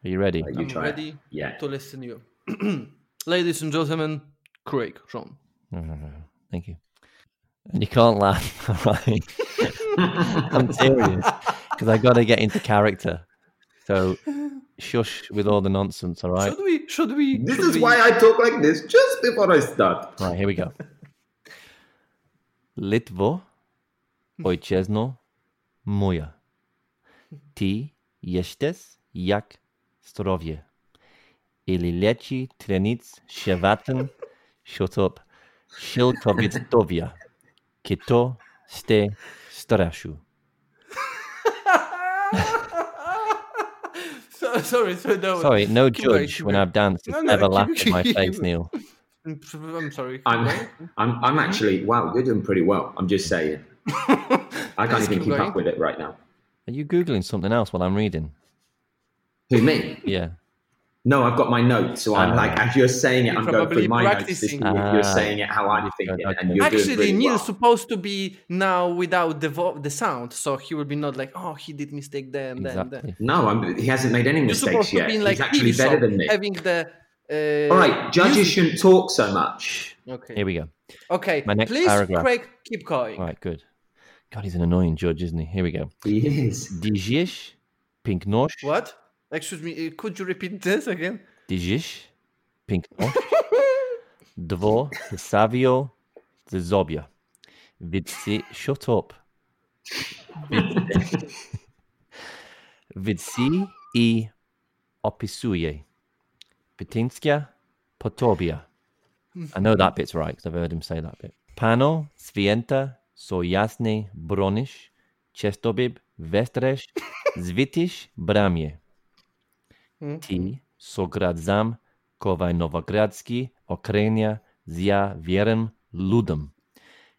Speaker 1: Are you ready?
Speaker 2: Like,
Speaker 3: I'm
Speaker 2: you try. it.
Speaker 3: ready
Speaker 2: Yeah.
Speaker 3: to listen to you, <clears throat> ladies and gentlemen. Craig, Sean.
Speaker 1: Oh, Thank you. And you can't laugh, <laughs> all right? I'm serious because I got to get into character. So shush with all the nonsense, all right?
Speaker 3: Should we? Should we?
Speaker 2: This
Speaker 3: should
Speaker 2: is
Speaker 3: we-
Speaker 2: why I talk like this just before I start.
Speaker 1: Right, here we <laughs> go. Litwo, ojczyzno moja. Ty jesteś jak zdrowie. Ili leci trenic siewatem, shut up, szylkowictowia, kito ste straszu.
Speaker 3: <laughs> So- sorry, sorry, that was-
Speaker 1: Sorry, no
Speaker 3: Keep going,
Speaker 1: judge
Speaker 3: keep
Speaker 1: when
Speaker 3: going.
Speaker 1: I've danced has
Speaker 3: No, no,
Speaker 1: ever
Speaker 3: keep-
Speaker 1: laughed at my face,
Speaker 3: keep-
Speaker 1: Neil.
Speaker 3: I'm I'm sorry.
Speaker 2: I'm, I'm, I'm actually, wow, you're doing pretty well. I'm just
Speaker 3: <laughs>
Speaker 2: saying. I can't
Speaker 3: Let's
Speaker 2: even
Speaker 3: keep
Speaker 2: keep
Speaker 3: going.
Speaker 2: up with it right now.
Speaker 1: Are you Googling something else while I'm reading?
Speaker 2: Who, me?
Speaker 1: Yeah.
Speaker 2: No, I've got my notes. So I'm
Speaker 1: Ah.
Speaker 2: like, as you're saying it,
Speaker 3: You're
Speaker 2: I'm going
Speaker 3: Uh, probably
Speaker 2: through my notes. This,
Speaker 3: practicing. Uh,
Speaker 2: You're
Speaker 1: Ah.
Speaker 2: saying it how I'm thinking.
Speaker 1: Okay.
Speaker 2: And you're doing
Speaker 3: Actually,
Speaker 2: really
Speaker 3: Neil's
Speaker 2: well.
Speaker 3: supposed to be now without the vo- the sound, so he will be not like, oh, he did mistake there and <laughs> then.
Speaker 1: Exactly.
Speaker 3: there.
Speaker 2: No, I'm, he hasn't made any
Speaker 3: You're supposed
Speaker 2: mistakes
Speaker 3: to
Speaker 2: yet.
Speaker 3: be in like
Speaker 2: He's actually
Speaker 3: TV
Speaker 2: better
Speaker 3: show,
Speaker 2: than me.
Speaker 3: having the. Uh,
Speaker 2: All right, judges
Speaker 3: music.
Speaker 2: shouldn't talk so much.
Speaker 3: Okay.
Speaker 1: Here we go.
Speaker 3: Okay.
Speaker 1: My next
Speaker 3: Please,
Speaker 1: paragraph.
Speaker 3: Craig, keep going.
Speaker 1: Right, good. God, he's an annoying judge, isn't he? Here we go.
Speaker 2: He is.
Speaker 1: Dijish, pinknosh,
Speaker 3: What? Excuse me. uh, Could you repeat this again?
Speaker 1: dijish, <laughs> pinknosh, dvo, the savio, the zobia. Vidsi, shut up. Vidsi- Vidsi i opisuje. Petinska, potobia. I know that bit's right because I've heard him say that bit. Pano, svienta, so jasny, bronish, chestobib, vestresh, zvitish, bramie. Ti, sogradzam, kowaj nowogradzki, okrenia, zja wierem, ludem.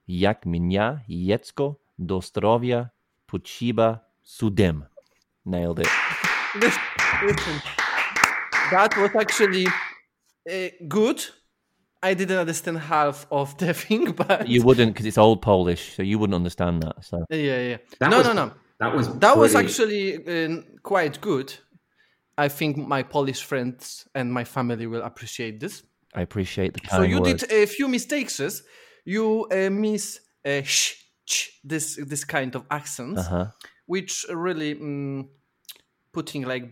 Speaker 1: Jak minia, jecko, do zdrowia, potrzeba, sudem. Nailed it.
Speaker 3: Listen, listen. That was actually uh, good. I didn't understand half of the <laughs> thing, but
Speaker 1: You wouldn't because it's old Polish, so you wouldn't understand that. So
Speaker 3: yeah, yeah.
Speaker 2: That
Speaker 3: no,
Speaker 2: was-
Speaker 3: no, no.
Speaker 2: That was
Speaker 3: That was
Speaker 2: pretty-
Speaker 3: actually uh, quite good. I think my Polish friends and my family will appreciate this.
Speaker 1: I appreciate the
Speaker 3: so
Speaker 1: kind
Speaker 3: you
Speaker 1: words.
Speaker 3: did a few mistakes. eh? You uh, miss uh, sh, ch, this this kind of accents,
Speaker 1: Uh-huh.
Speaker 3: which really mm, putting like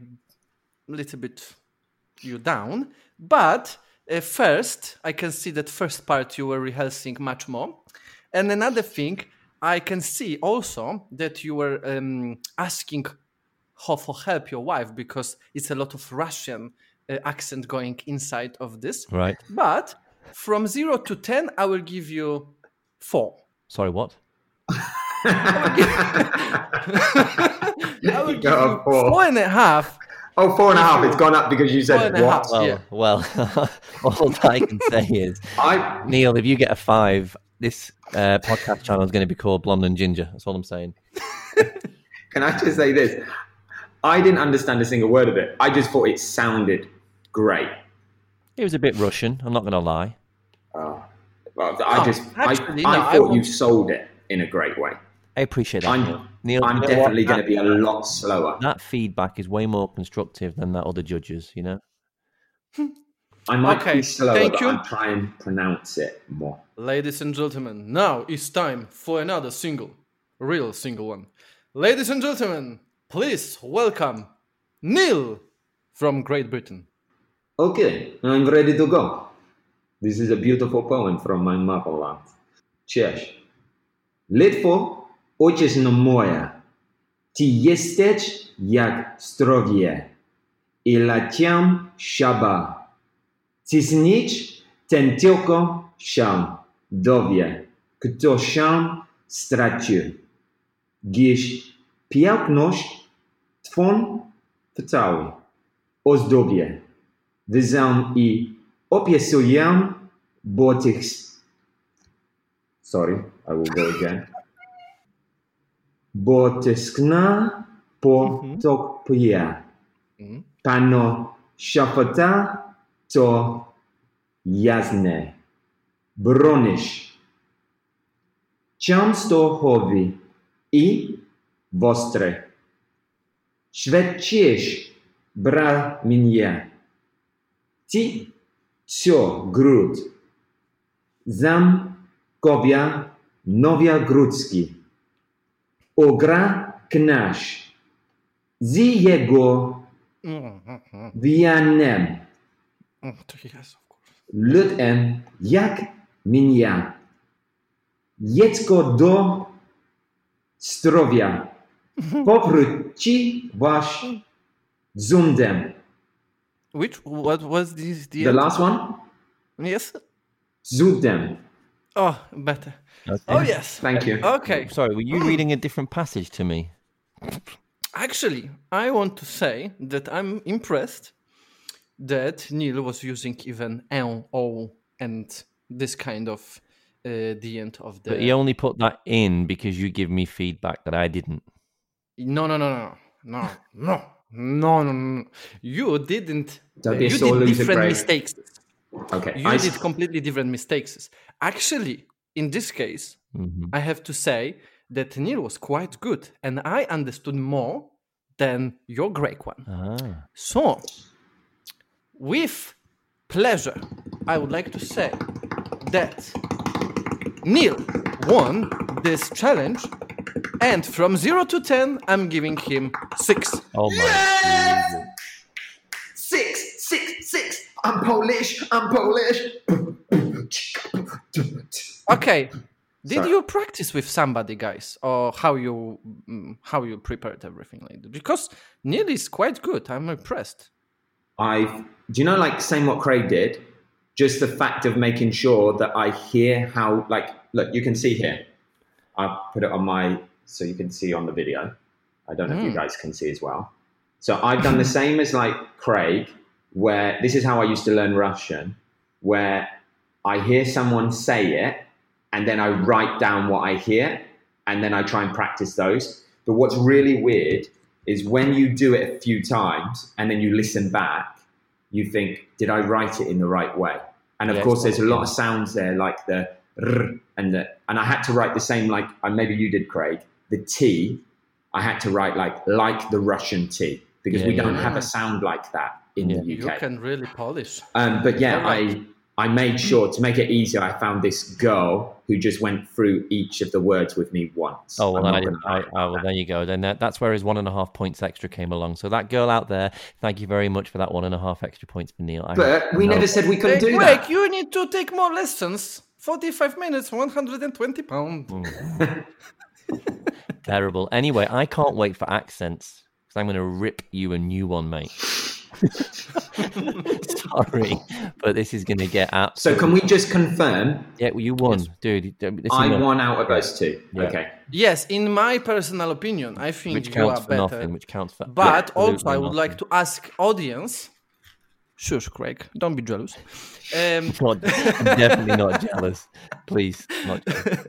Speaker 3: little bit you down. But uh, first, I can see that first part you were rehearsing much more, and another thing I can see also that you were um, asking ho- for help your wife because it's a lot of Russian uh, accent going inside of this.
Speaker 1: Right.
Speaker 3: But from zero to ten, I will give you four.
Speaker 1: Sorry, what?
Speaker 3: I will
Speaker 2: You <laughs>
Speaker 3: give
Speaker 2: got a
Speaker 3: you
Speaker 2: four.
Speaker 3: four and a half.
Speaker 2: Oh, four and a half. It's gone up because you
Speaker 3: Four
Speaker 2: said
Speaker 3: and a
Speaker 2: what?
Speaker 3: half.
Speaker 1: Well, <laughs>
Speaker 3: yeah.
Speaker 1: well, all I can say is,
Speaker 2: I
Speaker 1: Neil, if you get a five, this uh, podcast channel is going to be called Blonde and Ginger. That's all I'm saying.
Speaker 2: can I just say this? I didn't understand a single word of it. I just thought it sounded great.
Speaker 1: It was a bit Russian. I'm not going to lie.
Speaker 2: Well, I
Speaker 3: No,
Speaker 2: just I,
Speaker 3: Oh, actually,
Speaker 2: I
Speaker 3: no, I
Speaker 2: thought
Speaker 3: won't.
Speaker 2: you sold it in a great way.
Speaker 1: I appreciate that.
Speaker 2: I'm
Speaker 1: Neil, you
Speaker 2: I'm
Speaker 1: know what?
Speaker 2: definitely going
Speaker 1: That-
Speaker 2: to be a lot slower.
Speaker 1: that feedback is way more constructive than that other judges. You know.
Speaker 2: I might
Speaker 3: Okay,
Speaker 2: be slower,
Speaker 3: thank
Speaker 2: but
Speaker 3: you.
Speaker 2: I'm trying to pronounce it more.
Speaker 3: Ladies and gentlemen, now it's time for another single, real single one. Ladies and gentlemen, please welcome Neil from Great Britain.
Speaker 2: Okay, I'm ready to go. This is a beautiful poem from my motherland. Cheers. Litwo ojciec no moja, ty jesteś jak zdrowie i latiam szaba. Ty znicz ten tylko szam dowie, kto szam stracił. Gdyż piękność twą w całej ozdobie wyzam i opiesuję, bo tych... Sorry, I will go again. Bo tęskna po to pije.
Speaker 3: Mhm.
Speaker 2: Pano szafota to jasne. Bronisz. Często chowi i wostre. Świadczysz, bra mnie. Ти все груд. Зам кобя новия грудски. Огра кнаш. Зи его
Speaker 3: Mhm.
Speaker 2: виянем.
Speaker 3: Yes, of course.
Speaker 2: Lud en jak minia. Dziecko do zdrowia. Powróci wasz zundem.
Speaker 3: Which what was this?
Speaker 2: The last one?
Speaker 3: yes.
Speaker 2: Zudem.
Speaker 3: Oh, better.
Speaker 1: Okay.
Speaker 3: Oh yes.
Speaker 2: Thank you.
Speaker 3: Okay.
Speaker 1: Sorry, were
Speaker 2: Hmm.
Speaker 1: you reading a different passage to me?
Speaker 3: Actually, I want to say that I'm impressed that Neil was using even N O and this kind of uh, the end of the.
Speaker 1: But he only put that in because you give me feedback that I didn't.
Speaker 3: No, no, no, no, no, no, no, no, no. You didn't.
Speaker 2: Don't be
Speaker 3: you
Speaker 2: a sore
Speaker 3: did
Speaker 2: loser,
Speaker 3: different
Speaker 2: Craig.
Speaker 3: mistakes.
Speaker 2: Okay.
Speaker 3: You
Speaker 2: I
Speaker 3: did completely different mistakes. Actually, in this case,
Speaker 1: Mhm.
Speaker 3: I have to say that Neil was quite good, and I understood more than your Greek one.
Speaker 1: Ah.
Speaker 3: So, with pleasure, I would like to say that Neil won this challenge, and from 0 to 10, I'm giving him 6.
Speaker 1: Oh my. Jesus.
Speaker 2: Six, six, six. I'm Polish. I'm Polish.
Speaker 3: Okay. Did
Speaker 2: Sorry.
Speaker 3: you practice with somebody, guys, or how you mm, how you prepared everything like that? Because Neil is quite good. I'm impressed.
Speaker 2: I do you know like same what Craig did, just the fact of making sure that I hear how like look you can see here. I put it on my so you can see on the video. I don't know if you guys can see as well. So I've done the same as like Craig, where this is how I used to learn Russian, where I hear someone say it and then I write down what I hear and then I try and practice those. But what's really weird is when you do it a few times and then you listen back, you think, did I write it in the right way? And of
Speaker 1: Yes.
Speaker 2: course, there's a lot of sounds there, like the r and the, and I had to write the same, like and maybe you did, Craig. The T, I had to write like like the Russian T because
Speaker 1: Yeah,
Speaker 2: we
Speaker 1: yeah,
Speaker 2: don't
Speaker 1: yeah.
Speaker 2: have a sound like that in the
Speaker 3: You
Speaker 2: UK.
Speaker 3: can really polish.
Speaker 2: Um, but yeah,
Speaker 3: Alright.
Speaker 2: I I made sure to make it easier. I found this girl who just went through each of the words with me once.
Speaker 1: Oh well,
Speaker 2: I'm
Speaker 1: then I
Speaker 2: not
Speaker 1: didn't.
Speaker 2: gonna
Speaker 1: I,
Speaker 2: lie.
Speaker 1: oh, well, there you go. Then that, that's where his one and a half points extra came along. So that girl out there, thank you very much for that one and a half extra points for Neil. I
Speaker 2: but uh, we
Speaker 1: no.
Speaker 2: never said we couldn't
Speaker 3: Hey,
Speaker 2: do
Speaker 3: Greg,
Speaker 2: that.
Speaker 3: you need to take more lessons. 45 minutes, 120 pounds.
Speaker 1: Mm. terrible. Anyway, I can't wait for accents because I'm going to rip you a new one, mate. <laughs> Sorry, but this is going to get absolutely.
Speaker 2: So can we just confirm?
Speaker 1: Yeah, well, you won, dude. You- This is
Speaker 2: I
Speaker 1: not-
Speaker 2: won out of those two.
Speaker 1: Yeah.
Speaker 2: Okay.
Speaker 3: Yes, in my personal opinion, I think
Speaker 1: which
Speaker 3: you are
Speaker 1: counts for
Speaker 3: better.
Speaker 1: nothing. Which counts for.
Speaker 3: But also,
Speaker 1: absolutely
Speaker 3: I would like
Speaker 1: <laughs> nothing.
Speaker 3: to ask audience. Shush, Craig. Don't be jealous. Um,
Speaker 1: God, I'm definitely not jealous. Please, not jealous.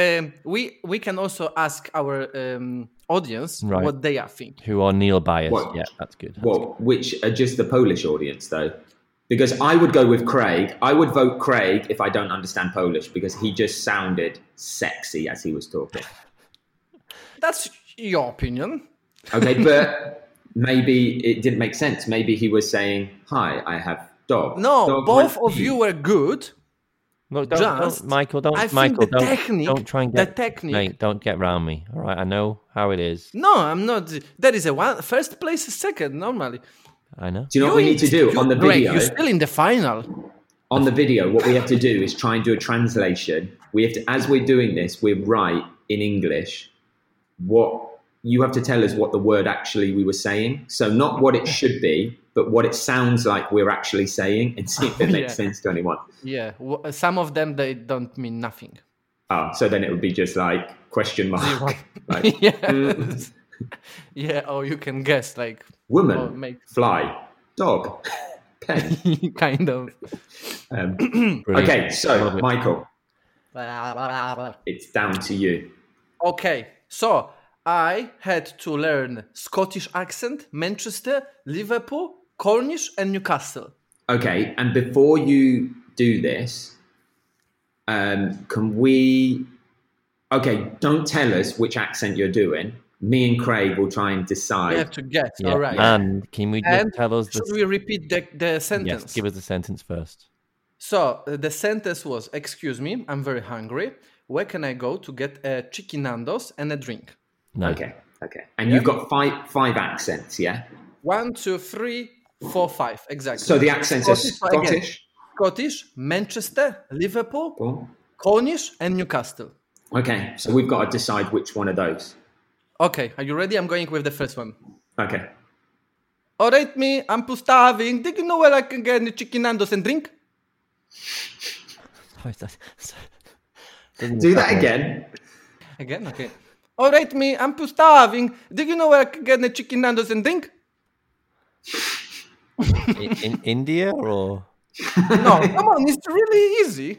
Speaker 3: um, we we can also ask our um, audience
Speaker 1: Right.
Speaker 3: what they are thinking.
Speaker 1: who are Neil biased?
Speaker 2: What?
Speaker 1: Yeah, that's good. That's
Speaker 2: Well, which are just the Polish audience though, because I would go with Craig. I would vote Craig if I don't understand Polish because he just sounded sexy as he was talking.
Speaker 3: That's your opinion. <laughs>
Speaker 2: Okay, but maybe it didn't make sense. Maybe he was saying, "Hi, I have Dog.
Speaker 3: No,
Speaker 2: Dog
Speaker 3: both
Speaker 2: went
Speaker 3: of
Speaker 2: pee.
Speaker 3: you were good.
Speaker 1: Look, don't, don't-
Speaker 3: Just-
Speaker 1: Michael, don't,
Speaker 3: I think
Speaker 1: Michael,
Speaker 3: the
Speaker 1: don't,
Speaker 3: technique-
Speaker 1: don't try and
Speaker 3: the
Speaker 1: get
Speaker 3: technique-
Speaker 1: Mate, don't get round me. All right, I know how it is.
Speaker 3: No, I'm not. There is a one first place, is second normally.
Speaker 1: I know.
Speaker 2: Do you know what we need to do on the
Speaker 3: Greg,
Speaker 2: video?
Speaker 3: You're still in the final.
Speaker 2: on the video, what we have to do is try and do a translation. We have to, as we're doing this, we write in English what you have to tell us what the word actually we were saying. So not what it should be, but what it sounds like we're actually saying, and see if it makes
Speaker 3: Yeah.
Speaker 2: sense to anyone.
Speaker 3: Yeah, w- some of them they don't mean nothing. <laughs>
Speaker 2: Oh, so then it would be just like question mark, like
Speaker 3: <laughs> yeah,
Speaker 2: Mm.
Speaker 3: yeah. Or you can guess, like
Speaker 2: woman,
Speaker 3: Or make- <laughs>
Speaker 2: fly, dog, <laughs> pen.
Speaker 3: kind of.
Speaker 2: Um,
Speaker 1: Brilliant.
Speaker 2: okay, so
Speaker 1: Love it.
Speaker 2: Michael, it's down to you.
Speaker 3: Okay, so I had to learn Scottish accent, Manchester, Liverpool, Cornish, and Newcastle.
Speaker 2: Okay, and before you do this, um, can we? Okay, don't tell us which accent you're doing. Me and Craig will try and
Speaker 3: You
Speaker 2: decide.
Speaker 3: have to guess.
Speaker 1: Yeah. Uh,
Speaker 3: All right.
Speaker 1: And can we just
Speaker 3: And
Speaker 1: tell us
Speaker 3: should
Speaker 1: the
Speaker 3: we repeat the, the sentence?
Speaker 1: yes? Give us the sentence first.
Speaker 3: So uh, the sentence was, "Excuse me, I'm very hungry. Where can I go to get a chickenandos and a drink?"
Speaker 1: No.
Speaker 2: Okay, okay, and you've got five five accents, yeah.
Speaker 3: One, two, three, four, five. Exactly.
Speaker 2: So the accents are
Speaker 3: Scottish, again.
Speaker 2: Scottish.
Speaker 3: Scottish, Manchester, Liverpool,
Speaker 2: Cool.
Speaker 3: Cornish, and Newcastle.
Speaker 2: Okay, so we've got to decide which one of those.
Speaker 3: Okay, are you ready? I'm going with the first one.
Speaker 2: Okay,
Speaker 3: All right, me, I'm starving. Do you know where I can get a chickenandos and drink? <laughs>
Speaker 1: Doesn't
Speaker 2: do
Speaker 1: it
Speaker 2: that
Speaker 1: sound like-
Speaker 2: again.
Speaker 3: Again, okay. All right, me, I'm starving. Do you know where I can get a chickenandos and drink?
Speaker 1: I- in India or
Speaker 3: No, come on, it's really easy.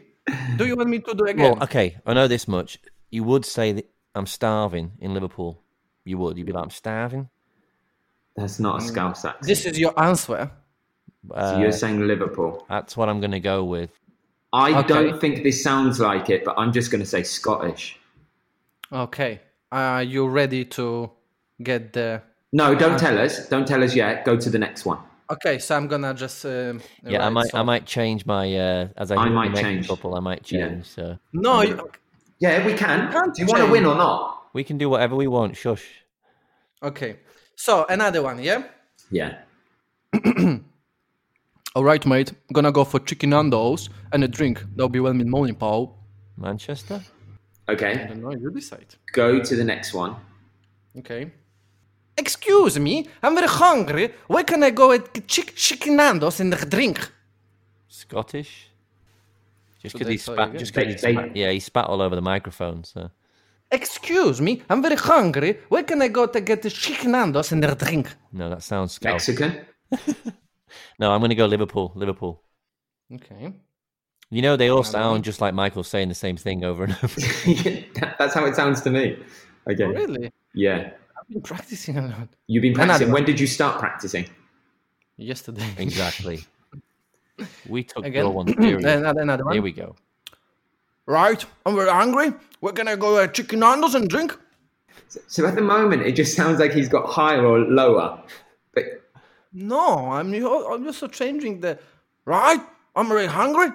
Speaker 3: Do you want me to do again?
Speaker 1: well, okay, I know this much. You would say that I'm starving in Liverpool. You would. You'd be like, I'm starving.
Speaker 2: That's not a Scouse accent.
Speaker 3: Mm. This is your answer.
Speaker 2: so
Speaker 1: Uh,
Speaker 2: you're saying Liverpool.
Speaker 1: that's what I'm going to go with.
Speaker 2: I
Speaker 3: Okay.
Speaker 2: don't think this sounds like it, but I'm just going to say Scottish.
Speaker 3: Okay. Are you ready to get the?
Speaker 2: No, don't tell us. Don't tell us yet. Go to the next one.
Speaker 3: Okay, so I'm gonna just. Um,
Speaker 1: Yeah, I
Speaker 3: write
Speaker 1: might. I
Speaker 3: some-
Speaker 1: might change my. Uh, as I,
Speaker 2: I
Speaker 1: do the
Speaker 2: might
Speaker 1: next
Speaker 2: change.
Speaker 1: Couple, I might
Speaker 2: Yeah.
Speaker 1: change. So
Speaker 3: No, you-
Speaker 2: Yeah, we can.
Speaker 3: Can't
Speaker 2: Do you want to
Speaker 3: change.
Speaker 2: win or not?
Speaker 1: we can do whatever we want. Shush.
Speaker 3: okay. So another one, yeah.
Speaker 2: Yeah.
Speaker 3: All right, mate. Gonna go for chicken nandos and a drink. That'll be well in morning, pal.
Speaker 1: Manchester.
Speaker 3: I
Speaker 2: Okay.
Speaker 3: don't know. You decide.
Speaker 2: Go to the next one.
Speaker 3: Okay. Excuse me, I'm very hungry. Where can I go at chick- chicken nandos and a drink?
Speaker 1: Scottish. Just
Speaker 3: So
Speaker 1: because
Speaker 3: they
Speaker 1: he
Speaker 3: saw you
Speaker 1: spat.
Speaker 3: again.
Speaker 1: Just 'cause he
Speaker 2: They- they-
Speaker 1: spat- yeah, he spat all over the microphone. So
Speaker 3: Excuse me, I'm very hungry. Where can I go to get chicken nandos and a drink?
Speaker 1: no, that sounds Scouse.
Speaker 2: Mexican. <laughs>
Speaker 1: No, I'm going to go Liverpool. Liverpool.
Speaker 3: Okay.
Speaker 1: You know, they all sound just like Michael saying the same thing over and <laughs> over.
Speaker 2: That- That's how it sounds to me. Okay.
Speaker 3: Really?
Speaker 2: Yeah.
Speaker 3: I've been practicing a lot
Speaker 2: You've been
Speaker 3: Another
Speaker 2: practicing.
Speaker 3: one.
Speaker 2: When did you start practicing?
Speaker 3: yesterday.
Speaker 1: exactly. We took
Speaker 3: <laughs> Again. <clears throat>
Speaker 1: your one serious.
Speaker 3: another, another one.
Speaker 1: Here we go.
Speaker 3: Right, I'm very hungry. We're gonna go uh, chicken nandos and drink.
Speaker 2: So at the moment, it just sounds like he's got higher or lower. But
Speaker 3: No, I'm I'm also changing the. Right, I'm very hungry.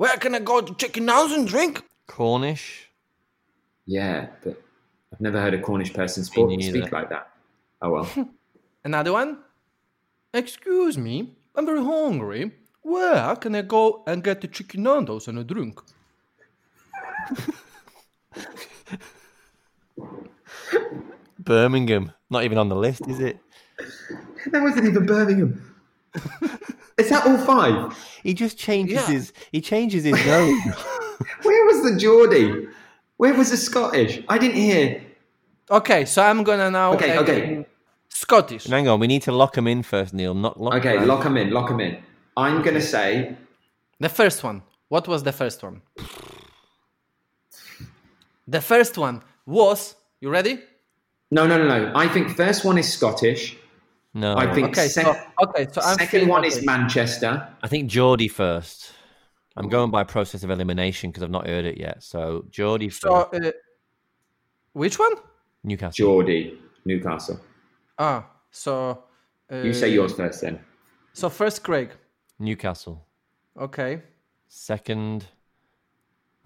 Speaker 3: Where can I go to chicken nandos and drink?
Speaker 1: Cornish.
Speaker 2: yeah, but I've never heard a Cornish person
Speaker 1: Me
Speaker 2: speak,
Speaker 1: neither.
Speaker 2: speak like that. Oh <laughs> well.
Speaker 3: Another one. Excuse me, I'm very hungry. Where can I go and get the chicken nandos and a drink?
Speaker 1: Birmingham. Not even on the list, is it?
Speaker 2: that wasn't even Birmingham. is that all five?
Speaker 1: He just changes
Speaker 3: Yeah.
Speaker 1: his. He changes his nose.
Speaker 2: Where was the Geordie? Where was the Scottish? I didn't hear.
Speaker 3: Okay, so I'm gonna now.
Speaker 2: Okay,
Speaker 3: uh,
Speaker 2: okay,
Speaker 3: Scottish.
Speaker 1: <laughs> Hang on, we need to lock him in first, Neil. Not lock.
Speaker 2: okay. Lock him in. Lock him in. I'm gonna say
Speaker 3: The first one. What was the first one? The first one was. You ready?
Speaker 2: no, no, no, no. I think first one is Scottish.
Speaker 1: No,
Speaker 2: I think
Speaker 3: Okay,
Speaker 2: sec-
Speaker 3: so okay, so I'm
Speaker 2: second
Speaker 3: feeling
Speaker 2: one
Speaker 3: okay.
Speaker 2: is Manchester.
Speaker 1: I think Geordie first. I'm going by process of elimination because I've not heard it yet. So Geordie first.
Speaker 3: So, uh, which one?
Speaker 1: Newcastle.
Speaker 2: Geordie, Newcastle.
Speaker 3: Ah, so uh,
Speaker 2: You say yours first, then.
Speaker 3: So first, Craig.
Speaker 1: Newcastle.
Speaker 3: Okay.
Speaker 1: Second,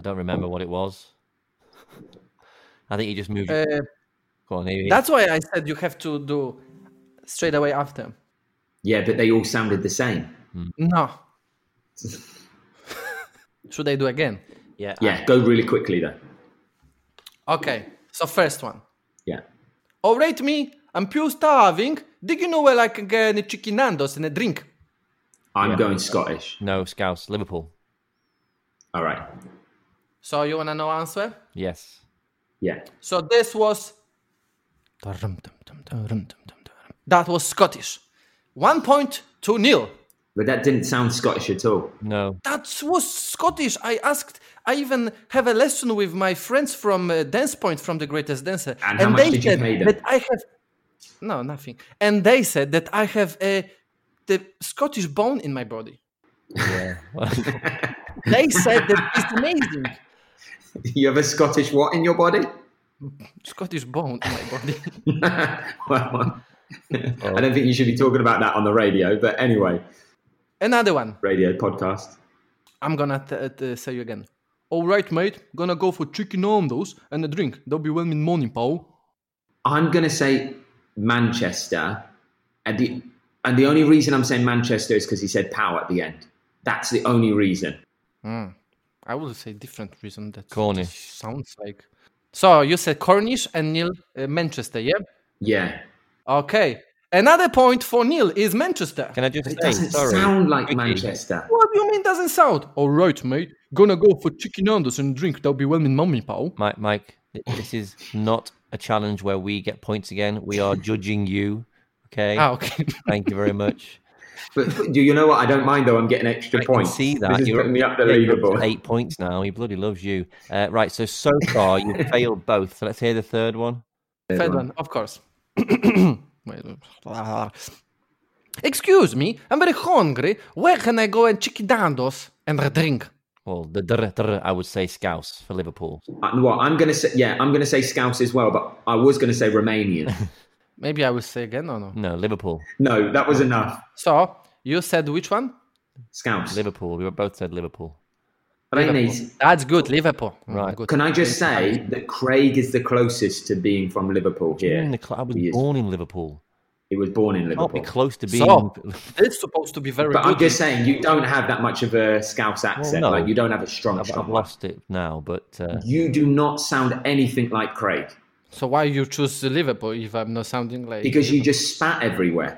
Speaker 1: I don't remember what it was. I think he just moved.
Speaker 3: Uh,
Speaker 1: Go on, here he is.
Speaker 3: that's why I said you have to do straight away after.
Speaker 2: Yeah, but they all sounded the same.
Speaker 3: No.
Speaker 2: <laughs>
Speaker 3: Should I do again?
Speaker 1: yeah, I-
Speaker 2: Yeah, go really quickly though.
Speaker 3: Okay. So first one.
Speaker 2: Yeah.
Speaker 3: Oh, rate me. I'm pure starving. Did you know where I can get a chicken nandos and a drink?
Speaker 2: I'm going Scottish.
Speaker 1: no, Scouse, Liverpool.
Speaker 2: All right.
Speaker 3: So you wanna know answer?
Speaker 1: Yes,
Speaker 2: Yeah.
Speaker 3: So this was. That was Scottish. One point to nil.
Speaker 2: But that didn't sound Scottish at all. <laughs>
Speaker 1: no,
Speaker 3: That was Scottish. I asked. I even have a lesson with my friends from uh, Dance Point, from the Greatest Dancer,
Speaker 2: And how much
Speaker 3: they
Speaker 2: did you
Speaker 3: said
Speaker 2: pay them?
Speaker 3: that I have no nothing, and they said that I have a the Scottish bone in my body.
Speaker 1: yeah.
Speaker 3: <laughs> They said that it's amazing
Speaker 2: You have a Scottish what in your body? <laughs>
Speaker 3: Scottish bone in my body. <laughs>
Speaker 2: well, <laughs> I don't think you should be talking about that on the radio, but anyway,
Speaker 3: Another one.
Speaker 2: radio podcast.
Speaker 3: I'm gonna t- uh, t- say you again. All right, mate. Gonna go for chicken nandos and a drink. That'll be well in morning, pal.
Speaker 2: I'm going to say Manchester. And the, and the only reason I'm saying Manchester is because he said pow at the end. That's the only reason.
Speaker 3: I would say different reason that
Speaker 1: Cornish.
Speaker 3: that sounds like. So you said Cornish and Neil uh, Manchester, yeah?
Speaker 2: Yeah.
Speaker 3: Okay. Another point for Neil is Manchester.
Speaker 1: Can I just
Speaker 2: It
Speaker 1: say,
Speaker 2: doesn't
Speaker 1: sorry,
Speaker 2: sound like
Speaker 1: quickly,
Speaker 2: Manchester.
Speaker 3: What do you mean doesn't sound? All right, mate. Gonna go for chicken nandos and drink. That'll be well in mommy, pal.
Speaker 1: Mike, Mike, th- this is not a challenge where we get points again. We
Speaker 2: <laughs>
Speaker 1: are judging you. Okay.
Speaker 3: Ah, okay. <laughs>
Speaker 1: Thank you very much.
Speaker 2: But, but do you know what? I don't mind though. I'm getting extra
Speaker 1: I can
Speaker 2: points.
Speaker 1: see that.
Speaker 2: This is
Speaker 1: You're
Speaker 2: putting me up the
Speaker 1: yeah, you're up to
Speaker 2: leaderboard.
Speaker 1: Eight points now. He bloody loves you. Uh, right. So, so far,
Speaker 2: <laughs>
Speaker 1: you've failed both. So, let's hear the third one.
Speaker 3: Third one, of course. <coughs> Excuse me, I'm very hungry. Where can I go and chicken nandos and a drink?
Speaker 1: Well, the dr- dr- I would say Scouse for Liverpool.
Speaker 2: Uh, Well, I'm going to say yeah. I'm going to say Scouse as well, but I was going to
Speaker 1: <laughs>
Speaker 2: say Romanian.
Speaker 3: Maybe I will say again or no?
Speaker 1: No, Liverpool.
Speaker 2: no, that was enough.
Speaker 3: So you said which one?
Speaker 2: Scouse.
Speaker 1: Liverpool. We both said Liverpool.
Speaker 2: But I need-
Speaker 3: That's good, Liverpool. Mm,
Speaker 1: Right.
Speaker 3: Good.
Speaker 2: Can I just say that Craig is the closest to being from Liverpool
Speaker 1: In
Speaker 2: here?
Speaker 1: the cl- I was
Speaker 2: He is.
Speaker 1: born in Liverpool.
Speaker 2: He was born in
Speaker 1: Can't be
Speaker 2: Liverpool.
Speaker 1: close to being.
Speaker 3: So it's supposed to be very
Speaker 2: But I'm
Speaker 3: good.
Speaker 2: just saying, you don't have that much of a Scouse accent.
Speaker 1: no.
Speaker 2: Like you don't have a strong,
Speaker 1: I've, I've
Speaker 2: strong
Speaker 1: lost it now, but uh,
Speaker 2: You do not sound anything like Craig
Speaker 3: So why you choose Liverpool if I'm not sounding like
Speaker 2: because you just spat everywhere.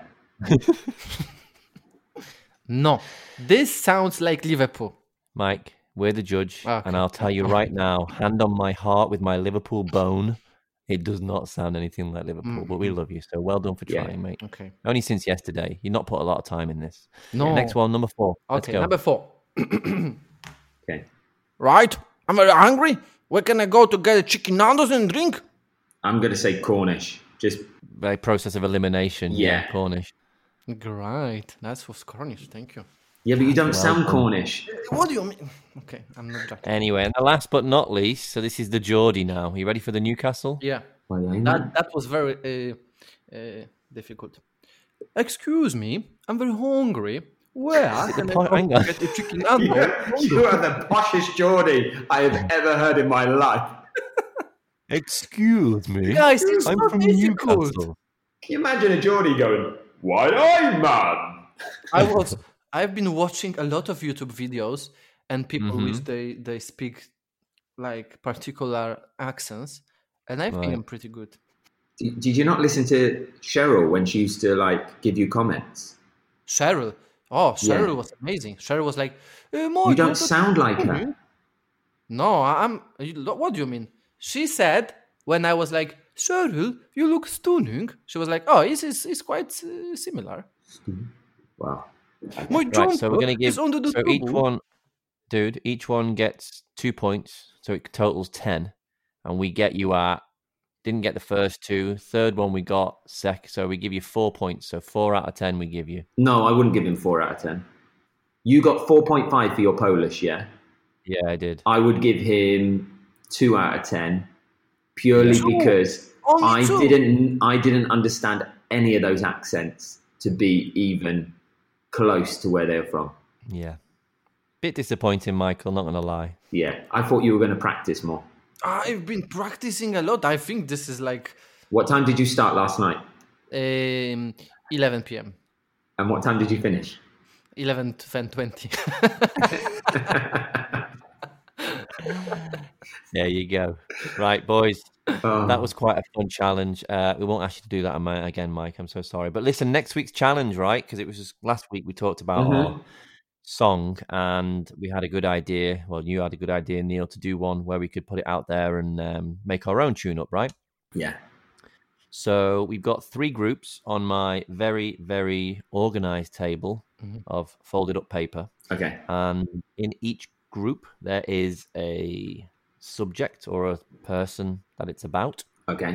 Speaker 3: No. This sounds like Liverpool.
Speaker 1: Mike, we're the judge,
Speaker 3: Okay.
Speaker 1: and I'll tell you right now, hand on my heart with my Liverpool bone, it does not sound anything like Liverpool. But we love you, so well done for
Speaker 2: Yeah.
Speaker 1: trying, mate.
Speaker 3: Mm-hmm. Okay.
Speaker 1: Only since yesterday, you've not put a lot of time in this.
Speaker 3: No.
Speaker 1: Next one, number four. Let's
Speaker 3: Okay,
Speaker 1: go.
Speaker 3: number four.
Speaker 2: Okay,
Speaker 3: Right? I'm very hungry. Where can I go to get a chicken nandos and drink?
Speaker 2: I'm going to say Cornish. Just
Speaker 1: By process of elimination. Yeah,
Speaker 2: Yeah.
Speaker 1: Cornish.
Speaker 3: Great. That's was Cornish. Thank you.
Speaker 2: yeah, but you don't sound Cornish.
Speaker 3: What do you mean? Okay, I'm not joking.
Speaker 1: Anyway, and the last but not least, so this is the Geordie now. you ready for the Newcastle?
Speaker 3: Yeah.
Speaker 2: Well, <laughs> yeah, ain't
Speaker 3: That, that was very uh, uh, difficult. Excuse me, I'm very hungry. <laughs> Where can I
Speaker 1: point-
Speaker 3: go
Speaker 1: hang
Speaker 3: to
Speaker 1: on.
Speaker 3: get a chicken <laughs> nando?
Speaker 2: You are the poshest Geordie I have ever heard in my life.
Speaker 1: Excuse me.
Speaker 3: Guys, it's not difficult.
Speaker 2: Can you imagine a Geordie going, Why I man?
Speaker 1: <laughs>
Speaker 3: I was. I've been watching a lot of YouTube videos and people
Speaker 1: Mm-hmm.
Speaker 3: which they they speak like particular accents, and I think
Speaker 1: Right.
Speaker 3: I'm pretty good.
Speaker 2: Did, did you not listen to Cheryl when she used to like give you comments?
Speaker 3: Cheryl, oh
Speaker 2: Yeah.
Speaker 3: Cheryl was amazing. Cheryl was like, eh,
Speaker 2: You
Speaker 3: Mike,
Speaker 2: don't
Speaker 3: what the-
Speaker 2: sound like her.
Speaker 3: No, I- I'm. you- lo- What do you mean? She said when I was like, Cheryl, you look stunning. She was like, oh, it's it's, it's quite uh, similar.
Speaker 2: Wow.
Speaker 3: My
Speaker 1: Right, so we're going to
Speaker 3: jumper
Speaker 1: give
Speaker 3: is under the
Speaker 1: so each
Speaker 3: table.
Speaker 1: one, dude. Each one gets two points, so it totals ten, and we get you at didn't get the first two. Third one we got sec, so we give you four points. So four out of ten we give you.
Speaker 2: No, I wouldn't give him four out of 10. You got 4.5 for your Polish, yeah?
Speaker 1: Yeah, I did.
Speaker 2: I would give him two out of 10 purely
Speaker 3: Two?
Speaker 2: because
Speaker 3: Only
Speaker 2: I
Speaker 3: two?
Speaker 2: did didn't I didn't understand any of those accents to be even close to where they're from.
Speaker 1: Yeah. Bit disappointing, Michael, not going to lie.
Speaker 2: Yeah, I thought you were going to practice more.
Speaker 3: I've been practicing a lot. I think this is like
Speaker 2: What time did you start last night?
Speaker 3: um, 11 p.m.
Speaker 2: And what time did you finish?
Speaker 3: 11 to 10, 20.
Speaker 1: There you go. Right, boys.
Speaker 2: Oh,
Speaker 1: That was quite a fun challenge. Uh, we won't ask you to do that ama- again, Mike. I'm so sorry. But listen, next week's challenge, right? Because it was just last week we talked about
Speaker 2: Mhm.
Speaker 1: our song and we had a good idea. Well, you had a good idea, Neil, to do one where we could put it out there and um, make our own tune up, right?
Speaker 2: yeah.
Speaker 1: So we've got three groups on my very, very organized table
Speaker 3: Mhm.
Speaker 1: of folded up paper.
Speaker 2: Okay.
Speaker 1: And in each group, there is a subject or a person that it's about.
Speaker 2: Okay.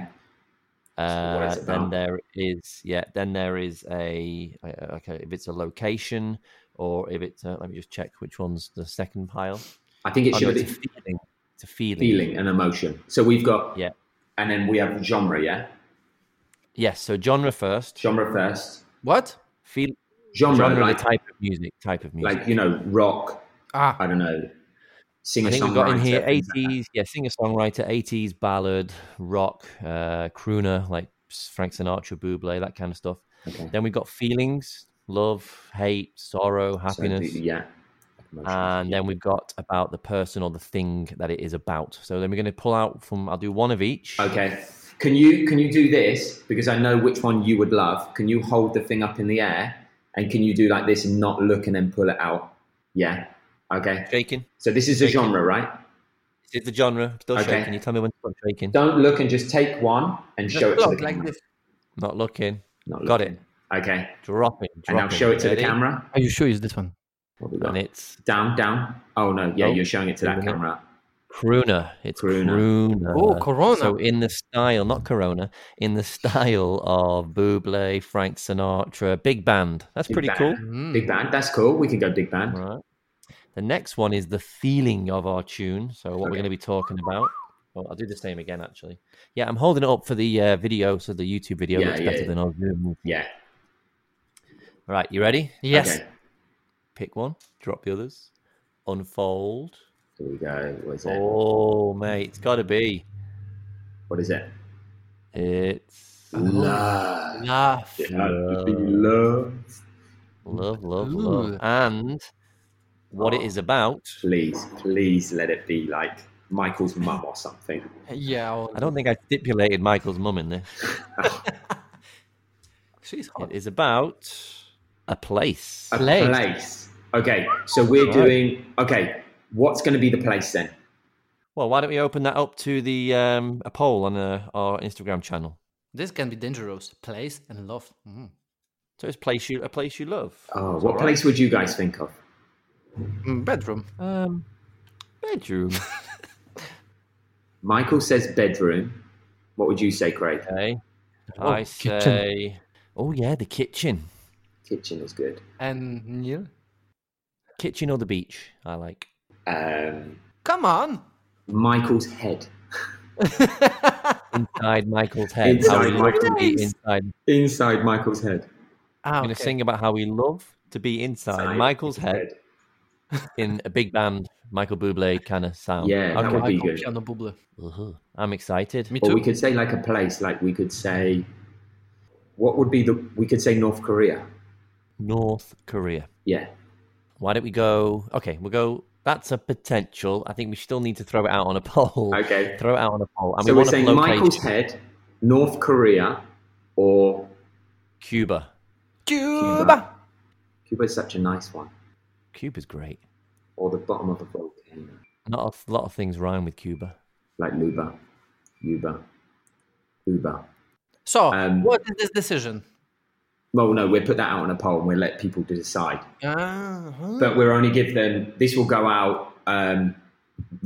Speaker 2: what
Speaker 1: Uh,
Speaker 2: it's
Speaker 1: then
Speaker 2: about.
Speaker 1: there is yeah then there is a uh, okay if it's a location or if it's a, let me just check which one's the second pile
Speaker 2: I think it
Speaker 1: Oh, no,
Speaker 2: should
Speaker 1: it's a
Speaker 2: be
Speaker 1: feeling it's a feeling
Speaker 2: feeling and emotion. So we've got
Speaker 1: Yeah.
Speaker 2: and then we have genre. Yeah,
Speaker 1: yes so genre first
Speaker 2: genre first.
Speaker 3: what?
Speaker 1: feel
Speaker 2: Genre,
Speaker 1: genre the
Speaker 2: like
Speaker 1: type of music type of music
Speaker 2: like you know rock.
Speaker 3: <laughs> Ah,
Speaker 2: I don't know. Singer
Speaker 1: I think we've got in here 80s, yeah, singer songwriter, 80s ballad, rock, uh, crooner, like Frank Sinatra, Buble, that kind of stuff.
Speaker 2: Okay.
Speaker 1: Then we've got feelings, love, hate, sorrow,
Speaker 2: So
Speaker 1: happiness.
Speaker 2: the- yeah. Uh, Emotions.
Speaker 1: and then we've got about the person or the thing that it is about. So then we're going to pull out from. I'll do one of each.
Speaker 2: Okay. Can you can you do this because I know which one you would love? Can you hold the thing up in the air and can you do like this and not look and then pull it out? Yeah. Okay.
Speaker 1: Shaking.
Speaker 2: So this is the
Speaker 1: Thank you.
Speaker 2: genre, right?
Speaker 1: This is the genre. Still
Speaker 2: Okay.
Speaker 1: shaking. You tell me when to stop shaking.
Speaker 2: Don't look and just take one and show it to the
Speaker 3: look, like
Speaker 2: camera.
Speaker 3: this.
Speaker 1: Not looking.
Speaker 2: Not
Speaker 1: Got
Speaker 2: looking.
Speaker 1: it.
Speaker 2: Okay.
Speaker 1: Dropping. dropping.
Speaker 2: And now show it to the
Speaker 1: Ready?
Speaker 2: camera.
Speaker 3: Are you sure it's this one?
Speaker 2: What we got?
Speaker 1: And it's
Speaker 2: Down, down. Oh no, yeah,
Speaker 1: Oh.
Speaker 2: you're showing it to that
Speaker 1: Isn't it?
Speaker 2: camera.
Speaker 1: crooner. It's
Speaker 2: Crooner. Uh,
Speaker 1: crooner.
Speaker 3: Oh, Corona.
Speaker 1: So in the style, not Corona, in the style of Buble, Frank Sinatra, big band. That's
Speaker 2: Big
Speaker 1: pretty
Speaker 2: band.
Speaker 1: cool.
Speaker 3: Mm.
Speaker 2: Big band. That's cool. We can go big band.
Speaker 1: All right. The next one is the feeling of our tune. So what we're
Speaker 2: Okay.
Speaker 1: going to be talking about. Well, I'll do the same again, actually. Yeah, I'm holding it up for the uh, video, so the YouTube video
Speaker 2: Yeah,
Speaker 1: looks
Speaker 2: yeah,
Speaker 1: better
Speaker 2: yeah.
Speaker 1: than our Zoom.
Speaker 2: Yeah.
Speaker 1: All right, you ready?
Speaker 3: Yes.
Speaker 2: Okay.
Speaker 1: Pick one, drop the others, unfold.
Speaker 2: Here we go. What is it?
Speaker 1: Oh, mate, it's got to be.
Speaker 2: What is it?
Speaker 1: It's
Speaker 2: Love.
Speaker 3: Laugh.
Speaker 2: Yeah, Love.
Speaker 1: love, love,
Speaker 3: Ooh.
Speaker 1: love, and what it
Speaker 2: Oh.
Speaker 1: is about.
Speaker 2: please, please let it be like Michael's mum or something.
Speaker 3: Yeah. oh,
Speaker 1: I don't think I stipulated Michael's mum in this.
Speaker 3: She's hot.
Speaker 1: It is about a place.
Speaker 2: A
Speaker 3: Place.
Speaker 2: place. Okay, so we're
Speaker 1: Right.
Speaker 2: doing. Okay, what's going to be the place then?
Speaker 1: Well, why don't we open that up to the um, a poll on uh, our Instagram channel?
Speaker 3: This can be dangerous. Place and love. Mm.
Speaker 1: So it's place you a place you love.
Speaker 2: Oh,
Speaker 1: It's
Speaker 2: what
Speaker 1: all right.
Speaker 2: place would you guys think of?
Speaker 3: Mm, Bedroom.
Speaker 1: Um, bedroom.
Speaker 2: Michael says bedroom. What would you say, Craig?
Speaker 1: Okay.
Speaker 3: Oh,
Speaker 1: I
Speaker 3: kitchen.
Speaker 1: say. Oh yeah, the kitchen,
Speaker 2: Kitchen is good.
Speaker 3: And Neil?
Speaker 1: kitchen or the beach. I like.
Speaker 2: Um,
Speaker 3: Come <laughs> on.
Speaker 2: Michael's head.
Speaker 1: Inside Michael's head.
Speaker 2: Inside
Speaker 1: we love to be
Speaker 2: Michael's.
Speaker 1: inside. I'm
Speaker 2: Inside Michael's head.
Speaker 3: Ah,
Speaker 1: gonna
Speaker 3: okay.
Speaker 1: sing about how we love to be inside, Michael's head in a big band, Michael Bublé kind of sound.
Speaker 2: Yeah, that
Speaker 1: Okay.
Speaker 2: would be
Speaker 3: Michael
Speaker 2: good.
Speaker 3: Piano Buble.
Speaker 1: Uh-huh. I'm excited.
Speaker 3: Me
Speaker 2: Or
Speaker 3: too.
Speaker 2: we could say like a place. Like we could say, what would be the? We could say North Korea.
Speaker 1: North Korea.
Speaker 2: Yeah.
Speaker 1: Why don't we go? Okay, we'll go. That's a potential. I think we still need to throw it out on a <laughs> poll.
Speaker 2: Okay.
Speaker 1: Throw it out on a poll. And
Speaker 2: so
Speaker 1: we
Speaker 2: we're
Speaker 1: want to
Speaker 2: saying
Speaker 1: locate
Speaker 2: Michael's head, North Korea, or
Speaker 1: Cuba.
Speaker 3: Cuba.
Speaker 2: Cuba is such a nice one,
Speaker 1: Cuba's great.
Speaker 2: or the bottom of a volcano,
Speaker 1: Not a lot of things rhyme with Cuba.
Speaker 2: like Luba, Uba, Uba.
Speaker 3: So,
Speaker 2: Um,
Speaker 3: what is this decision?
Speaker 2: Well, no, we'll put that out on a poll and we'll let people decide.
Speaker 3: Ah,
Speaker 2: But we'll only give them. This will go out. Um,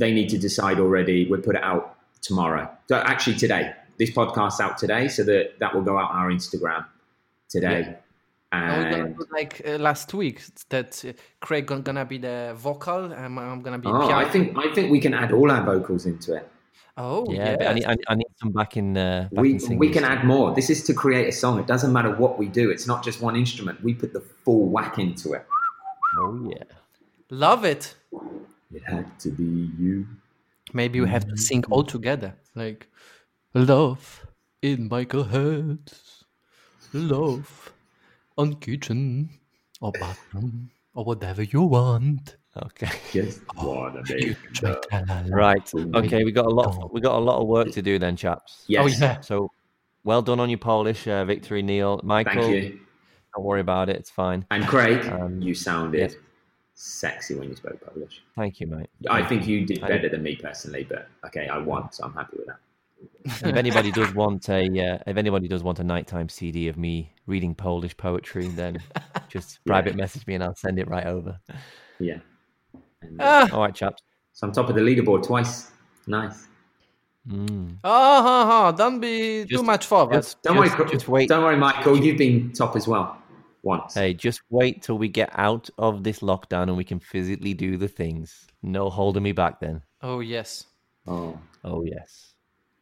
Speaker 2: they need to decide already. We'll put it out tomorrow. So actually, today. This podcast's out today, so that that will go out on our Instagram today.
Speaker 3: Are we
Speaker 2: And
Speaker 3: gonna do like uh, last week that uh, Craig gon- gonna be the vocal and I'm gonna be
Speaker 2: oh,
Speaker 3: piano.
Speaker 2: I think I think we can add all our vocals into it.
Speaker 3: oh
Speaker 1: Yeah,
Speaker 3: yeah,
Speaker 1: but I need, I, I need some back in uh, back
Speaker 2: we,
Speaker 1: in singers.
Speaker 2: we can add more. This is to create a song. It doesn't matter what we do. It's not just one instrument. We put the full whack into it.
Speaker 1: Oh yeah.
Speaker 3: Love it.
Speaker 2: It had to be you.
Speaker 3: Maybe we have to sing all together. Like, love in Michael Hertz, love on kitchen or bathroom or whatever you want.
Speaker 1: Okay. <laughs>
Speaker 2: Just wanna be. <laughs>
Speaker 1: Right. Okay. We got a lot.
Speaker 2: Oh.
Speaker 1: Of, we got a lot of work to do then, chaps.
Speaker 3: Oh,
Speaker 2: Yes.
Speaker 3: yeah.
Speaker 1: So, well done on your Polish uh, victory, Neil. Michael,
Speaker 2: Thank you.
Speaker 1: don't worry about it. It's fine.
Speaker 2: And Craig,
Speaker 1: Um,
Speaker 2: you sounded sexy when you spoke Polish.
Speaker 1: Thank you, mate.
Speaker 2: I think you did
Speaker 1: I-
Speaker 2: better than me personally, but okay, I won, so I'm happy with that.
Speaker 1: if anybody does
Speaker 2: <laughs>
Speaker 1: want a, uh, if anybody does want a nighttime CD of me reading Polish poetry, then
Speaker 2: <laughs>
Speaker 1: just private message me and I'll send it right over.
Speaker 2: Yeah. And, uh,
Speaker 3: Ah,
Speaker 1: All right, chaps.
Speaker 2: so I'm top of the leaderboard twice. Nice.
Speaker 1: Mm.
Speaker 3: ah, ha, ha, don't be too
Speaker 1: Just-
Speaker 3: much forward.
Speaker 1: Just-
Speaker 2: Don't
Speaker 1: just-
Speaker 2: worry,
Speaker 1: just wait.
Speaker 2: Don't worry, Michael. You've been top as well once.
Speaker 1: Hey, just wait till we get out of this lockdown and we can physically do the things. No holding me back then.
Speaker 3: Oh, yes.
Speaker 2: Oh,
Speaker 1: Oh yes.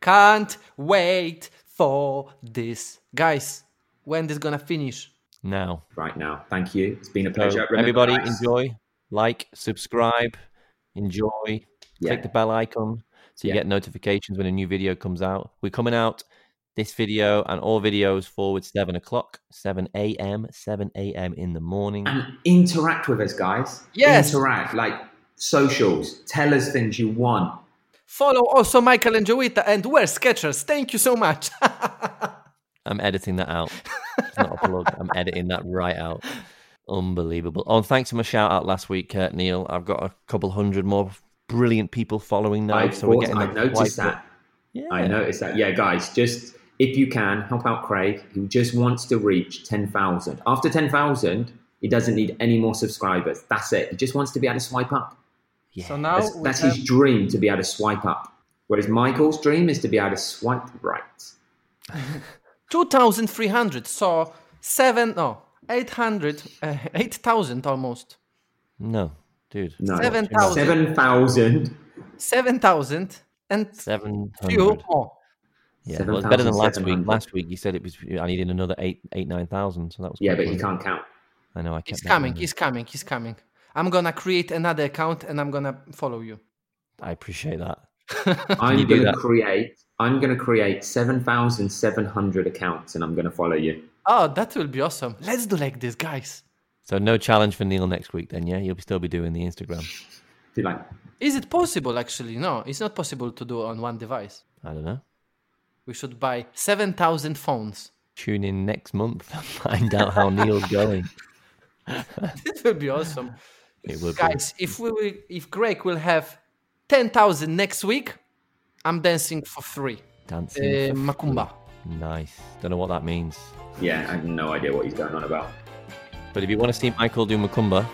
Speaker 3: Can't wait for this. Guys, when this gonna finish?
Speaker 1: Now,
Speaker 2: right now. Thank you. It's been a
Speaker 1: So,
Speaker 2: pleasure. Remember,
Speaker 1: everybody,
Speaker 2: guys,
Speaker 1: enjoy, like, subscribe, enjoy.
Speaker 2: Yeah.
Speaker 1: Click the bell icon so you
Speaker 2: Yeah.
Speaker 1: get notifications when a new video comes out. We're coming out this video and all videos forward seven o'clock, seven a.m., seven a.m. in the
Speaker 2: <clears throat>
Speaker 1: morning.
Speaker 2: and interact with us, guys.
Speaker 3: Yes.
Speaker 2: Interact like socials. Tell us things you want.
Speaker 3: Follow also Michael and Joita and wear Sketchers. Thank you so much. <laughs>
Speaker 1: I'm editing that out. It's not a plug. I'm editing that right out. Unbelievable. Oh, and thanks for my shout out last week, uh, Neil. I've got a couple hundred more brilliant people following now.
Speaker 2: I,
Speaker 1: so we're
Speaker 2: thought-
Speaker 1: getting
Speaker 2: I
Speaker 1: the quite-
Speaker 2: noticed that.
Speaker 1: Yeah.
Speaker 2: I noticed that. Yeah, guys, just if you can help out Craig, who just wants to reach ten thousand. After ten thousand, he doesn't need any more subscribers. That's it. He just wants to be able to swipe up.
Speaker 1: Yeah.
Speaker 3: So now
Speaker 2: That's,
Speaker 3: we
Speaker 2: that's
Speaker 3: have-
Speaker 2: his dream to be able to swipe up. Whereas Michael's dream is to be able to swipe right.
Speaker 3: 2,300. So seven, no, 800, uh, 8,000 almost.
Speaker 1: No, dude.
Speaker 2: No,
Speaker 3: 7,000.
Speaker 2: Seven thousand.
Speaker 3: 7,000 and
Speaker 1: Seven
Speaker 3: few
Speaker 1: hundred.
Speaker 3: more.
Speaker 1: Yeah, well, it's better than last week.
Speaker 2: 7,700.
Speaker 1: Last week you said it was I needed another eight, eight, nine thousand. So that was
Speaker 2: Yeah,
Speaker 1: quite
Speaker 2: but he
Speaker 1: good.
Speaker 2: can't
Speaker 1: <laughs>
Speaker 2: count.
Speaker 1: I know. I kept
Speaker 3: It's
Speaker 1: that
Speaker 3: coming,
Speaker 1: one.
Speaker 3: it's coming, it's coming. I'm gonna create another account and I'm gonna follow you.
Speaker 1: I appreciate that.
Speaker 2: I'm
Speaker 1: you do
Speaker 2: going to
Speaker 1: that?
Speaker 2: create. I'm going to create seven thousand seven hundred accounts, and I'm going to follow you.
Speaker 3: Oh, that will be awesome. Let's do like this, guys.
Speaker 1: So no challenge for Neil next week then. Yeah, you'll still be doing the Instagram.
Speaker 2: Be like,
Speaker 3: Is it possible actually? No, it's not possible to do on one device.
Speaker 1: I don't know.
Speaker 3: We should buy 7,000 phones. <laughs>
Speaker 1: Tune in next month and <laughs> find out how Neil's going.
Speaker 3: It will
Speaker 1: <laughs>
Speaker 3: be awesome.
Speaker 1: It would be.
Speaker 3: Guys, if we will, if Greg will have 10,000 next week, I'm dancing for free.
Speaker 1: Dancing.
Speaker 3: Uh,
Speaker 1: for
Speaker 3: Makumba.
Speaker 1: free. Nice. Don't know what that means.
Speaker 2: yeah, I have no idea what he's going on about.
Speaker 1: But if you want to see Michael do Macumba,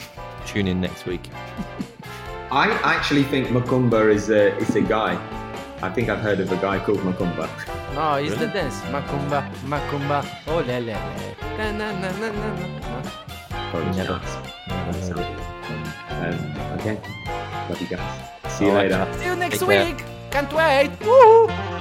Speaker 1: <clears throat> tune in next week.
Speaker 2: I actually think Macumba is a is a guy. I think I've heard of a guy called Macumba.
Speaker 3: No, oh, it's the
Speaker 1: Really?
Speaker 3: dance. Macumba, macumba, oh la la la. Na, na, na, na, na, na.
Speaker 2: Polish
Speaker 1: Never.
Speaker 2: dance.
Speaker 1: Never heard of it.
Speaker 2: Um, okay, love you guys. See you
Speaker 1: All right,
Speaker 2: later.
Speaker 1: chaps.
Speaker 3: See you next
Speaker 1: Take care.
Speaker 3: week. Can't wait. Woohoo.